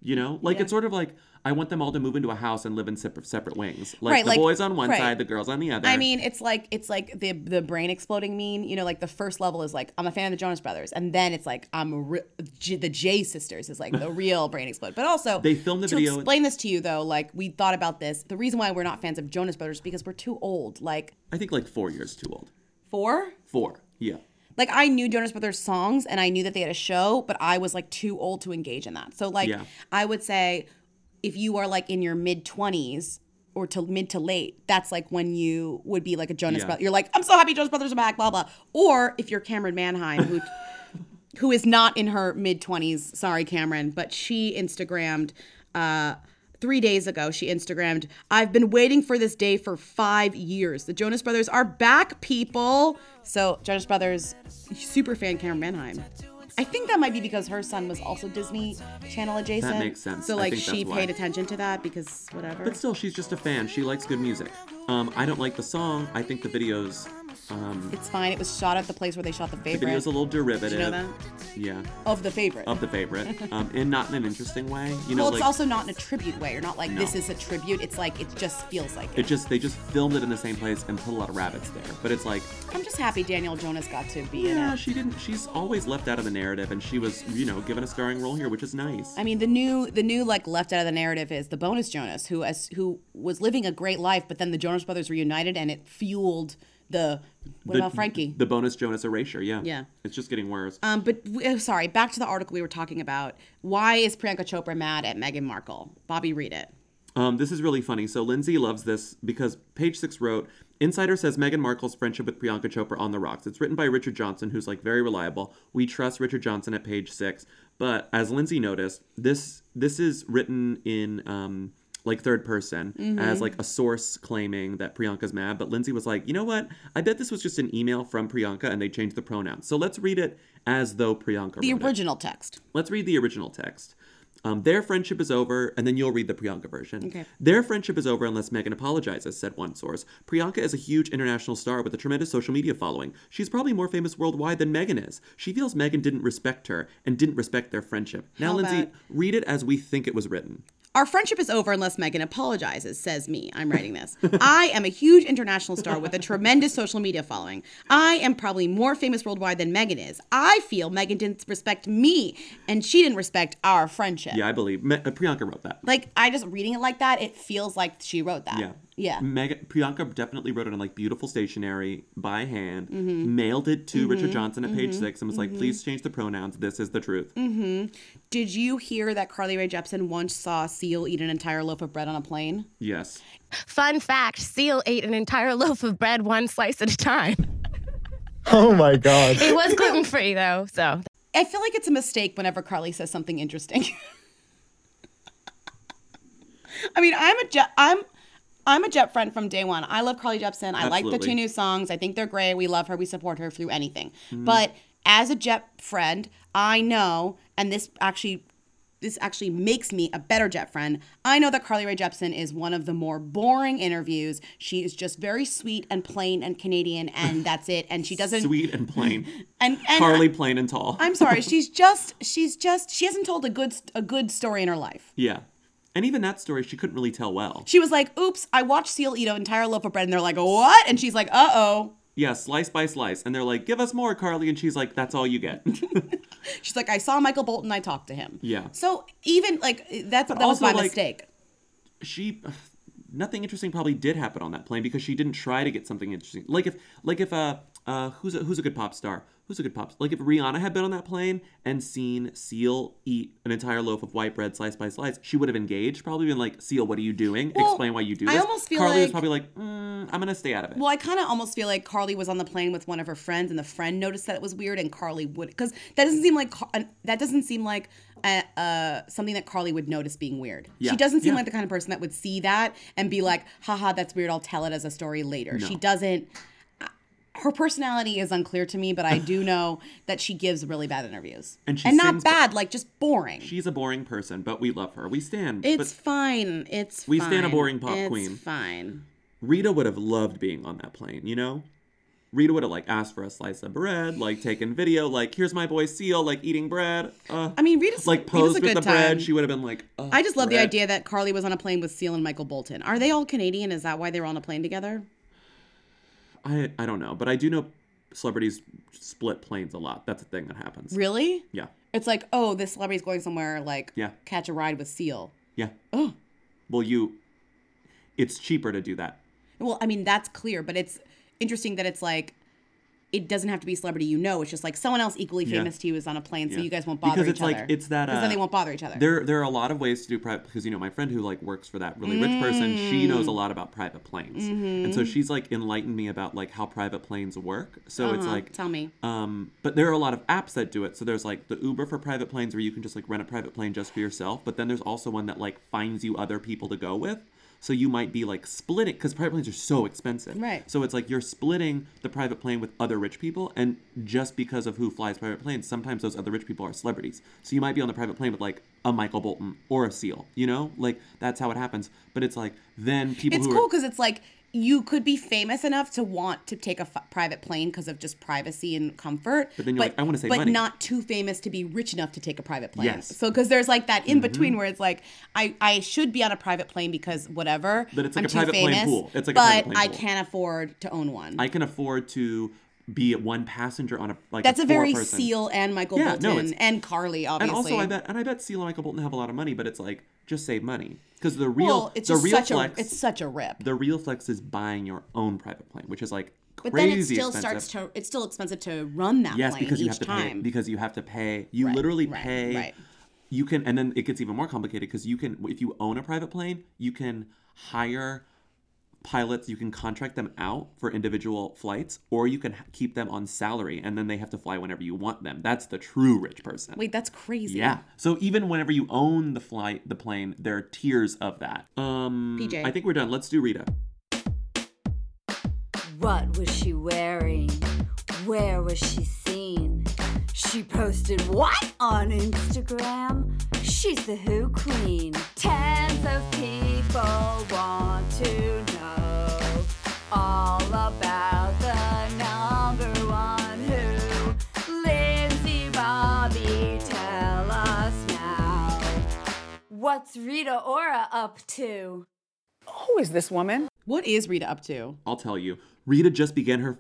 D: You know, like it's sort of like I want them all to move into a house and live in separ- separate wings. Like
E: Right,
D: the
E: like-
D: boys on one
E: right.
D: side, the girls on the other.
E: I mean, it's like it's like the the brain exploding mean. You know, like the first level is like I'm a fan of the Jonas Brothers, and then it's like I'm a re- J- the J Sisters is like the real brain explode. But also,
D: They filmed the
E: to
D: video-
E: explain this to you though. Like we thought about this. The reason why we're not fans of Jonas Brothers is because we're too old. Like
D: I think like four years too old.
E: four.
D: Four. Yeah.
E: Like I knew Jonas Brothers songs and I knew that they had a show, but I was like too old to engage in that. So like
D: Yeah.
E: I would say if you are like in your mid 20s or to mid to late, that's like when you would be like a Jonas
D: Yeah.
E: Brothers. You're like, I'm so happy Jonas Brothers are back, blah blah. Or if you're Cameron Manheim, who who is not in her mid 20s, sorry Cameron, but she Instagrammed uh Three days ago, she Instagrammed, I've been waiting for this day for five years. The Jonas Brothers are back, people. So, Jonas Brothers, super fan Cameron Manheim. I think that might be because her son was also Disney Channel adjacent.
D: makes sense.
E: So,
D: I
E: like,
D: think that's
E: she
D: why.
E: paid attention to that because whatever.
D: But still, she's just a fan. She likes good music. Um, I don't like the song. I think the video's um,
E: It's fine. It was shot at the place where they shot the
D: the
E: favorite.
D: video's a little derivative.
E: Did you know that?
D: Yeah,
E: Of the favorite.
D: of the favorite, um, and not in an interesting way. You know,
E: well, it's
D: like
E: also not in a tribute way. You're not like,
D: No.
E: this is a tribute. It's like, it just feels like it.
D: it just they just filmed it in the same place and put a lot of rabbits there. But it's like,
E: I'm just happy Daniel Jonas got to be in
D: yeah,
E: it.
D: she didn't. She's always left out of the narrative, and she was, you know, given a starring role here, which is nice.
E: I mean, the new the new like left out of the narrative is the bonus Jonas who as who was living a great life, but then the Jonas Brothers reunited and it fueled the. What
D: The-
E: about Frankie?
D: The bonus Jonas erasure. Yeah.
E: Yeah.
D: It's just getting worse.
E: Um, but w- uh, sorry, back to the article we were talking about. Why is Priyanka Chopra mad at Meghan Markle? Bobby, read it.
D: Um, this is really funny. So Lindsay loves this because Page Six wrote, "Insider says Meghan Markle's friendship with Priyanka Chopra on the rocks." It's written by Richard Johnson, who's like very reliable. We trust Richard Johnson at Page Six, but as Lindsay noticed, this this is written in um, like third person,
E: Mhm.
D: as like a source claiming that Priyanka's mad. But Lindsay was like, you know what? I bet this was just an email from Priyanka and they changed the pronoun. So let's read it as though Priyanka
E: The
D: wrote it.
E: original text.
D: Let's read the original text. Um, their friendship is over, and then you'll read the Priyanka version.
E: Okay.
D: Their friendship is over unless Megan apologizes, said one source. Priyanka is a huge international star with a tremendous social media following. She's probably more famous worldwide than Megan is. She feels Megan didn't respect her and didn't respect their friendship. Now,
E: How
D: Lindsay,
E: about-
D: read it as we think it was written.
E: Our friendship is over unless Megan apologizes, says me. I'm writing this. I am a huge international star with a tremendous social media following. I am probably more famous worldwide than Megan is. I feel Megan didn't respect me and she didn't respect our friendship.
D: Yeah, I believe. Me- uh, Priyanka wrote that.
E: Like, I just reading it like that, it feels like she wrote that.
D: Yeah.
E: Yeah.
D: Megan Priyanka definitely wrote it on like beautiful stationery by hand,
E: Mhm.
D: mailed it to Richard
E: Mhm.
D: Johnson at page
E: Mhm.
D: six, and was
E: Mhm.
D: like, please change the pronouns. This is the truth.
E: hmm Did you hear that Carly Rae Jepsen once saw a seal eat an entire loaf of bread on a plane?
D: Yes.
O: Fun fact Seal ate an entire loaf of bread one slice at a time.
P: Oh my God.
O: It was gluten free, though, so.
E: I feel like it's a mistake whenever Carly says something interesting. I mean, I'm a Jet, I'm I'm a Jet friend from day one. I love Carly Jepsen. I like the two
L: Absolutely.
E: new songs. I think they're great. We love her. We support her through anything.
D: Mm-hmm.
L: Mhm.
E: But as a Jet friend, I know, and this actually this actually makes me a better Jet friend. I know that Carly Rae Jepsen is one of the more boring interviews. She is just very sweet and plain and Canadian, and that's it. And she doesn't
D: Sweet and plain.
E: and, and
D: Carly, plain and tall.
E: I'm sorry. She's just she's just she hasn't told a good a good story in her life.
D: yeah. And even that story, she couldn't really tell well.
E: She was like, "Oops, I watched Seal eat an entire loaf of bread," and they're like, "What?" And she's like, "Uh oh."
D: Yeah, slice by slice. And they're like, give us more, Carly. And she's like, that's all you get.
E: She's like, "I saw Michael Bolton. I talked to him."
D: yeah.
E: So even like that's that was
D: also,
E: my
D: like-
E: mistake.
D: She. Nothing interesting probably did happen on that plane because she didn't try to get something interesting. Like if, like if, uh, uh, who's a, who's a good pop star? Who's a good pop? Like if Rihanna had been on that plane and seen Seal eat an entire loaf of white bread slice by slice, she would have engaged. Probably been like, Seal, what are you doing?
E: Well,
D: Explain why you do
E: I
D: this.
E: almost feel
D: Carly was
E: like-
D: probably like, mm, I'm gonna stay out of it.
E: Well, I kind of almost feel like Carly was on the plane with one of her friends, and the friend noticed that it was weird, and Carly would because that doesn't seem like Car- an- that doesn't seem like uh, uh, something that Carly would notice being weird.
L: Yeah.
E: She doesn't seem
L: Yeah.
E: like the kind of person that would see that and be like, "Haha, that's weird. I'll tell it as a story later." She
L: No.
E: doesn't. uh, Her personality is unclear to me, but I do know that she gives really bad interviews,
D: And she
E: not
D: sings ba-
E: bad, like just boring.
D: She's a boring person, but we love her. We stand. but-
E: It's fine. It's
D: We stand a
E: fine.
D: boring pop
E: It's
D: queen.
E: Fine.
D: Rita would have loved being on that plane, you know? Rita would have like asked for a slice of bread, like taken video, like here's my boy Seal, like eating bread. Uh,
E: I mean, Rita's-
D: like
E: Rita's
D: posed
E: a
D: with
E: good
D: the
E: time.
D: bread. She would have been like, "Uh,
E: I just love the
D: bread."
E: idea that Carly was on a plane with Seal and Michael Bolton. Are they all Canadian? Is that why they were on a plane together?
D: I I don't know, but I do know celebrities split planes a lot. That's a thing that happens.
E: Really?
D: Yeah,
E: It's like, oh, this celebrity's going somewhere, like
D: yeah,
E: catch a ride with Seal.
D: yeah.
E: Oh.
D: Well, you, it's cheaper to do that.
E: Well, I mean, that's clear, but it's interesting that it's like it doesn't have to be a celebrity you know. It's just like someone else equally
D: Yeah.
E: famous to you is on a plane, so
D: Yeah.
E: you guys won't bother
D: because
E: each
D: it's like
E: other.
D: it's that
E: because
D: uh,
E: then they won't bother each other.
D: There there are a lot of ways to do private because you know my friend who like works for that really rich person, she knows
E: Mm.
D: a lot about private planes, and so
E: Mhm.
D: she's like enlightened me about like how private planes work. So it's
E: Uh-huh.
D: like
E: tell me.
D: um, but there are a lot of apps that do it. So there's like the Uber for private planes where you can just like rent a private plane just for yourself. But then there's also one that like finds you other people to go with. So you might be like splitting because private planes are so expensive.
E: Right.
D: So it's like you're splitting the private plane with other rich people, and just because of who flies private planes, sometimes those other rich people are celebrities. So you might be on the private plane with like a Michael Bolton or a Seal. You know, like that's how it happens. But it's like then people
E: It's
D: who
E: cool
D: are
E: because it's like you could be famous enough to want to take a f- private plane because of just privacy and comfort.
D: But then you're like, I wanna save
E: but
D: money.
E: not too famous to be rich enough to take a private plane.
D: Yes. Mm-hmm.
E: So because there's like that in between where it's like I I should be on a private plane because whatever.
D: But it's like
E: I'm
D: a
E: too
D: private plane
E: famous,
D: pool. It's like a
E: but
D: private plane
E: I
D: pool.
E: can't afford to own one.
D: I can afford to be one passenger on a like
E: That's a, very
D: four-person-
E: Seal and Michael
D: Yeah, no,
E: Bolton
D: it's-
E: and Carly obviously.
D: And also, I bet, and I bet Seal and Michael Bolton have a lot of money, but it's like just save money because the real,
E: well, it's
D: the
E: just
D: real
E: such
D: flex,
E: a it's such a rip.
D: the real flex is buying your own private plane, which is like crazy
E: But then it still
D: expensive.
E: starts to it's still expensive to run that
D: yes,
E: plane
D: because
E: each
D: you have to
E: time.
D: pay because you have to pay. You literally pay.
E: right.
D: You can, and then it gets even more complicated because you can, if you own a private plane, you can hire pilots, you can contract them out for individual flights, or you can h- keep them on salary, and then they have to fly whenever you want them. That's the true rich person.
E: Wait, that's crazy.
D: Yeah. So even whenever you own the flight, the plane, there are tiers of that. Um,
E: PJ.
D: I think we're done. Let's do Rita.
L: What was she wearing? Where was she seen? She posted what on Instagram? She's the Who Queen. Tens of people want to know all about the number one Who. Lindsay Bobby, tell us now. What's Rita Ora up to?
E: Who is this woman? What is Rita up to?
D: I'll tell you. Rita just began her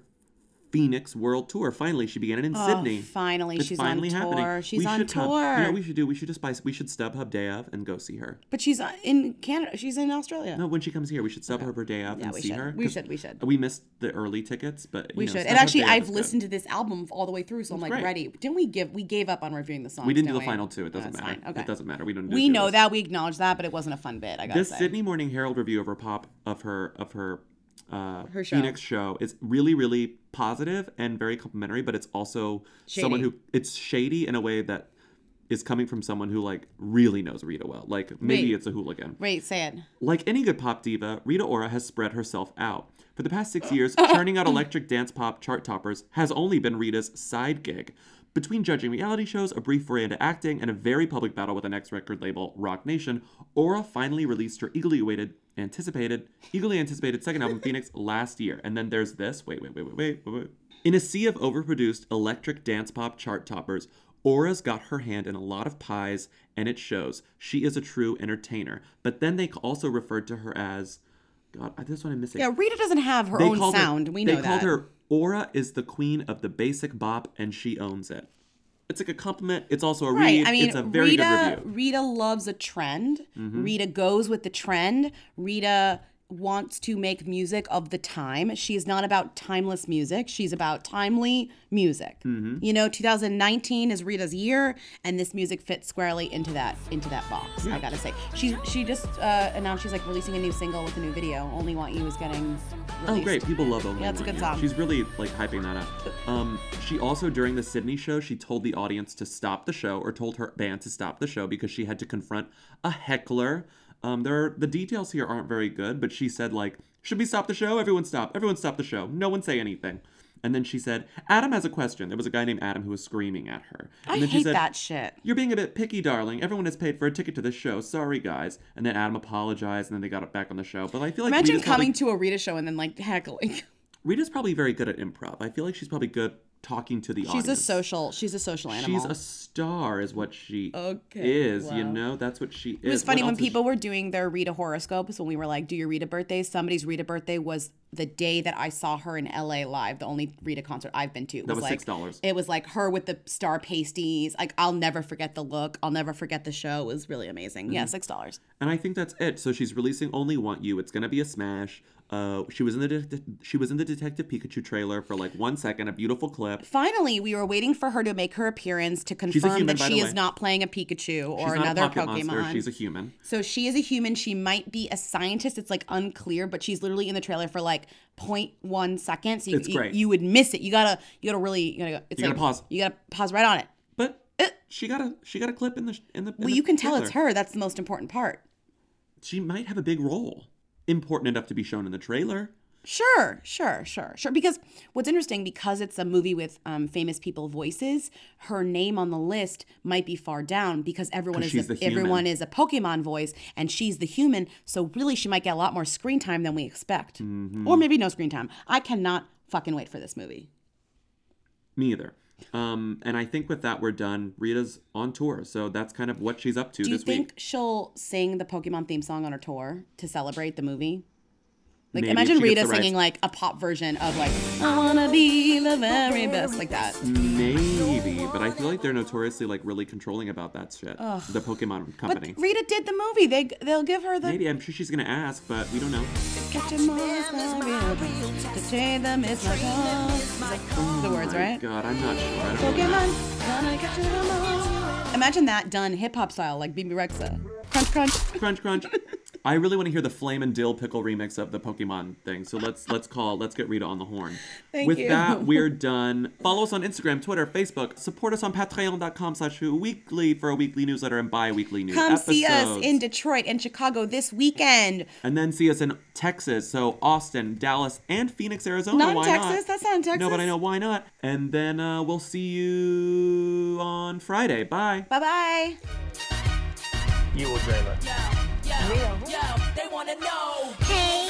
D: Phoenix World Tour. Finally, she began it in
E: Oh,
D: Sydney.
E: finally,
D: It's
E: she's on
D: finally happening.
E: tour. She's
D: we
E: on
D: should come- You know
E: tour.
D: what we should do? We should just buy. We should stub Hub day of and go see her.
E: But she's uh, in Canada. She's in Australia.
D: No, when she comes here, we should stub her her day of
E: Yeah,
D: and
E: we
D: see
E: should.
D: her.
E: We
D: 'cause
E: should, we should.
D: We missed the early tickets, but
E: we
D: you know,
E: should.
D: stub
E: And
D: her
E: actually,
D: day of
E: I've
D: is good.
E: listened to this album all the way through, so I'm like
D: great.
E: ready. Didn't we give? We gave up on reviewing the songs.
D: We didn't do
E: didn't
D: the final two. It doesn't
E: That's
D: matter.
E: fine. Okay.
D: It doesn't matter. We don't. do
E: We
D: tier
E: know
D: lists.
E: that. We acknowledge that, but it wasn't a fun bit. I gotta
D: this
E: say.
D: Sydney Morning Herald review of her pop of her of her uh,
E: Her show.
D: Phoenix show is really really positive and very complimentary, but it's also someone who
E: Shady.
D: it's shady in a way that is coming from someone who like really knows Rita well. Like maybe
E: Wait.
D: it's a hooligan.
E: Wait, say it.
D: Like any good pop diva, Rita Ora has spread herself out. For the past six years, churning out electric dance pop chart toppers has only been Rita's side gig. Between judging reality shows, a brief foray into acting, and a very public battle with the next record label, Rock Nation, Ora finally released her eagerly awaited, anticipated, eagerly anticipated second album, Phoenix, last year. And then there's this. Wait, wait, wait, wait, wait, wait, wait. In a sea of overproduced electric dance pop chart toppers, Aura's got her hand in a lot of pies, and it shows. She is a true entertainer. But then they also referred to her as, God, I- this one I'm missing.
E: Yeah, Rita doesn't have her
D: They
E: own
D: called her-
E: sound. we know
D: They
E: that.
D: called her Aura is the queen of the basic bop, and she owns it. It's like a compliment. It's also a
E: Right.
D: read.
E: I mean,
D: it's a very
E: Rita,
D: good review.
E: Rita loves a trend.
D: Mhm.
E: Rita goes with the trend. Rita wants to make music of the time. She's not about timeless music. She's about timely music.
D: Mhm.
E: You know, 2019 is Rita's year, and this music fits squarely into that into that box. I gotta say, she she just uh, announced she's like releasing a new single with a new video. Only Want You is getting
D: Oh,
E: released.
D: great. People love Only
E: Yeah, it's a
D: Want
E: good
D: You.
E: song.
D: She's really like hyping that up. Um, she also, during the Sydney show, she told the audience to stop the show or told her band to stop the show because she had to confront a heckler. Um, there are, the details here aren't very good, but she said, like, should we stop the show? Everyone stop. Everyone stop the show. No one say anything. And then she said, Adam has a question. There was a guy named Adam who was screaming at her. And
E: I
D: then she
E: hate
D: said,
E: that shit.
D: you're being a bit picky, darling. Everyone has paid for a ticket to this show. Sorry, guys. And then Adam apologized, and then they got it back on the show. But I feel like
E: Imagine
D: Rita's probably-
E: coming to a Rita show and then like heckling.
D: Rita's probably very good at improv. I feel like she's probably good talking to the
E: She's
D: audience.
E: a social. She's a social animal.
D: She's a star, is what she
E: Okay,
D: is. You
E: wow.
D: know, that's what she is.
E: It was funny
D: What
E: when
D: else is
E: people were doing their Rita horoscopes when we were like, do your Rita birthdays? Somebody's Rita birthday was the day that I saw her in LA live, the only Rita concert I've been to. It
D: That was
E: like,
D: $6.
E: It was like her with the star pasties. Like, I'll never forget the look. I'll never forget the show. It was really amazing. Yeah,
D: Mhm.
E: $6.
D: And I think that's it. So she's releasing Only Want You. It's gonna be a smash. Uh, she was in the det- she was in the Detective Pikachu trailer for like one second, a beautiful clip.
E: Finally, we were waiting for her to make her appearance to
D: a
E: confirm
D: human,
E: that
D: by
E: she
D: the
E: is
D: way.
E: not playing a Pikachu or
D: she's
E: another
D: not a pocket
E: Pokemon.
D: monster. She's a human.
E: So she is a human. She might be a scientist. It's like unclear, but she's literally in the trailer for like 0.1 seconds. You,
D: It's
E: you,
D: great.
E: you would miss it. You gotta, you gotta really, you gotta. It's
D: You gotta
E: like,
D: pause.
E: You gotta pause right on it.
D: But she got a she got a clip in the in the. in
E: Uh. Well,
D: the
E: you can tell it's
D: trailer.
E: her. That's the most important part.
D: She might have a big role, important enough to be shown in the trailer.
E: Sure, sure, sure, sure. Because what's interesting, because it's a movie with um, famous people voices, her name on the list might be far down because everyone
D: 'Cause
E: is
D: she's
E: a,
D: the human.
E: everyone is a Pokemon voice, and she's the human. So really, she might get a lot more screen time than we expect,
D: Mm-hmm.
E: or maybe no screen time. I cannot fucking wait for this movie.
D: Me either. Um, and I think with that we're done. Rita's on tour, so that's kind of what she's up to
E: Do you
D: this
E: think
D: week.
E: she'll sing the Pokemon theme song on her tour to celebrate the movie? Like
D: Maybe if
E: imagine
D: she gets
E: Rita
D: the rights.
E: singing like a pop version of like I wanna be the very best like that.
D: Maybe, but I feel like they're notoriously like really controlling about that shit.
E: Ugh.
D: The Pokemon company.
E: Rita did the movie. They they'll give her the
D: Maybe I'm sure she's gonna ask, but we don't know.
E: Catch 'em all is my real test. To train them is my goal. It's like the words,
D: My
E: right?
D: God, I'm not sure. I don't really know.
E: Pokemon, gonna catch 'em all. Imagine that done hip hop style, like BB Rexa. Crunch, crunch.
D: Crunch, crunch. I really want to hear the flame and dill pickle remix of the Pokemon thing. So let's let's call let's get Rita on the horn.
E: Thank
D: With
E: you.
D: that, we're done. Follow us on Instagram, Twitter, Facebook. Support us on patreon.com slash who weekly for a weekly newsletter and bi-weekly news
E: Come see us
D: episodes.
E: in Detroit and Chicago this weekend.
D: and then see us in Texas. So Austin, Dallas, and Phoenix, Arizona.
E: Not in
D: Oh, why
E: Texas.
D: Not?
E: That's not in Texas.
D: No, but I know why not. And then uh, we'll see you on Friday. Bye.
E: Bye bye.
D: You will dream it.
J: Yo, they wanna know. Hey.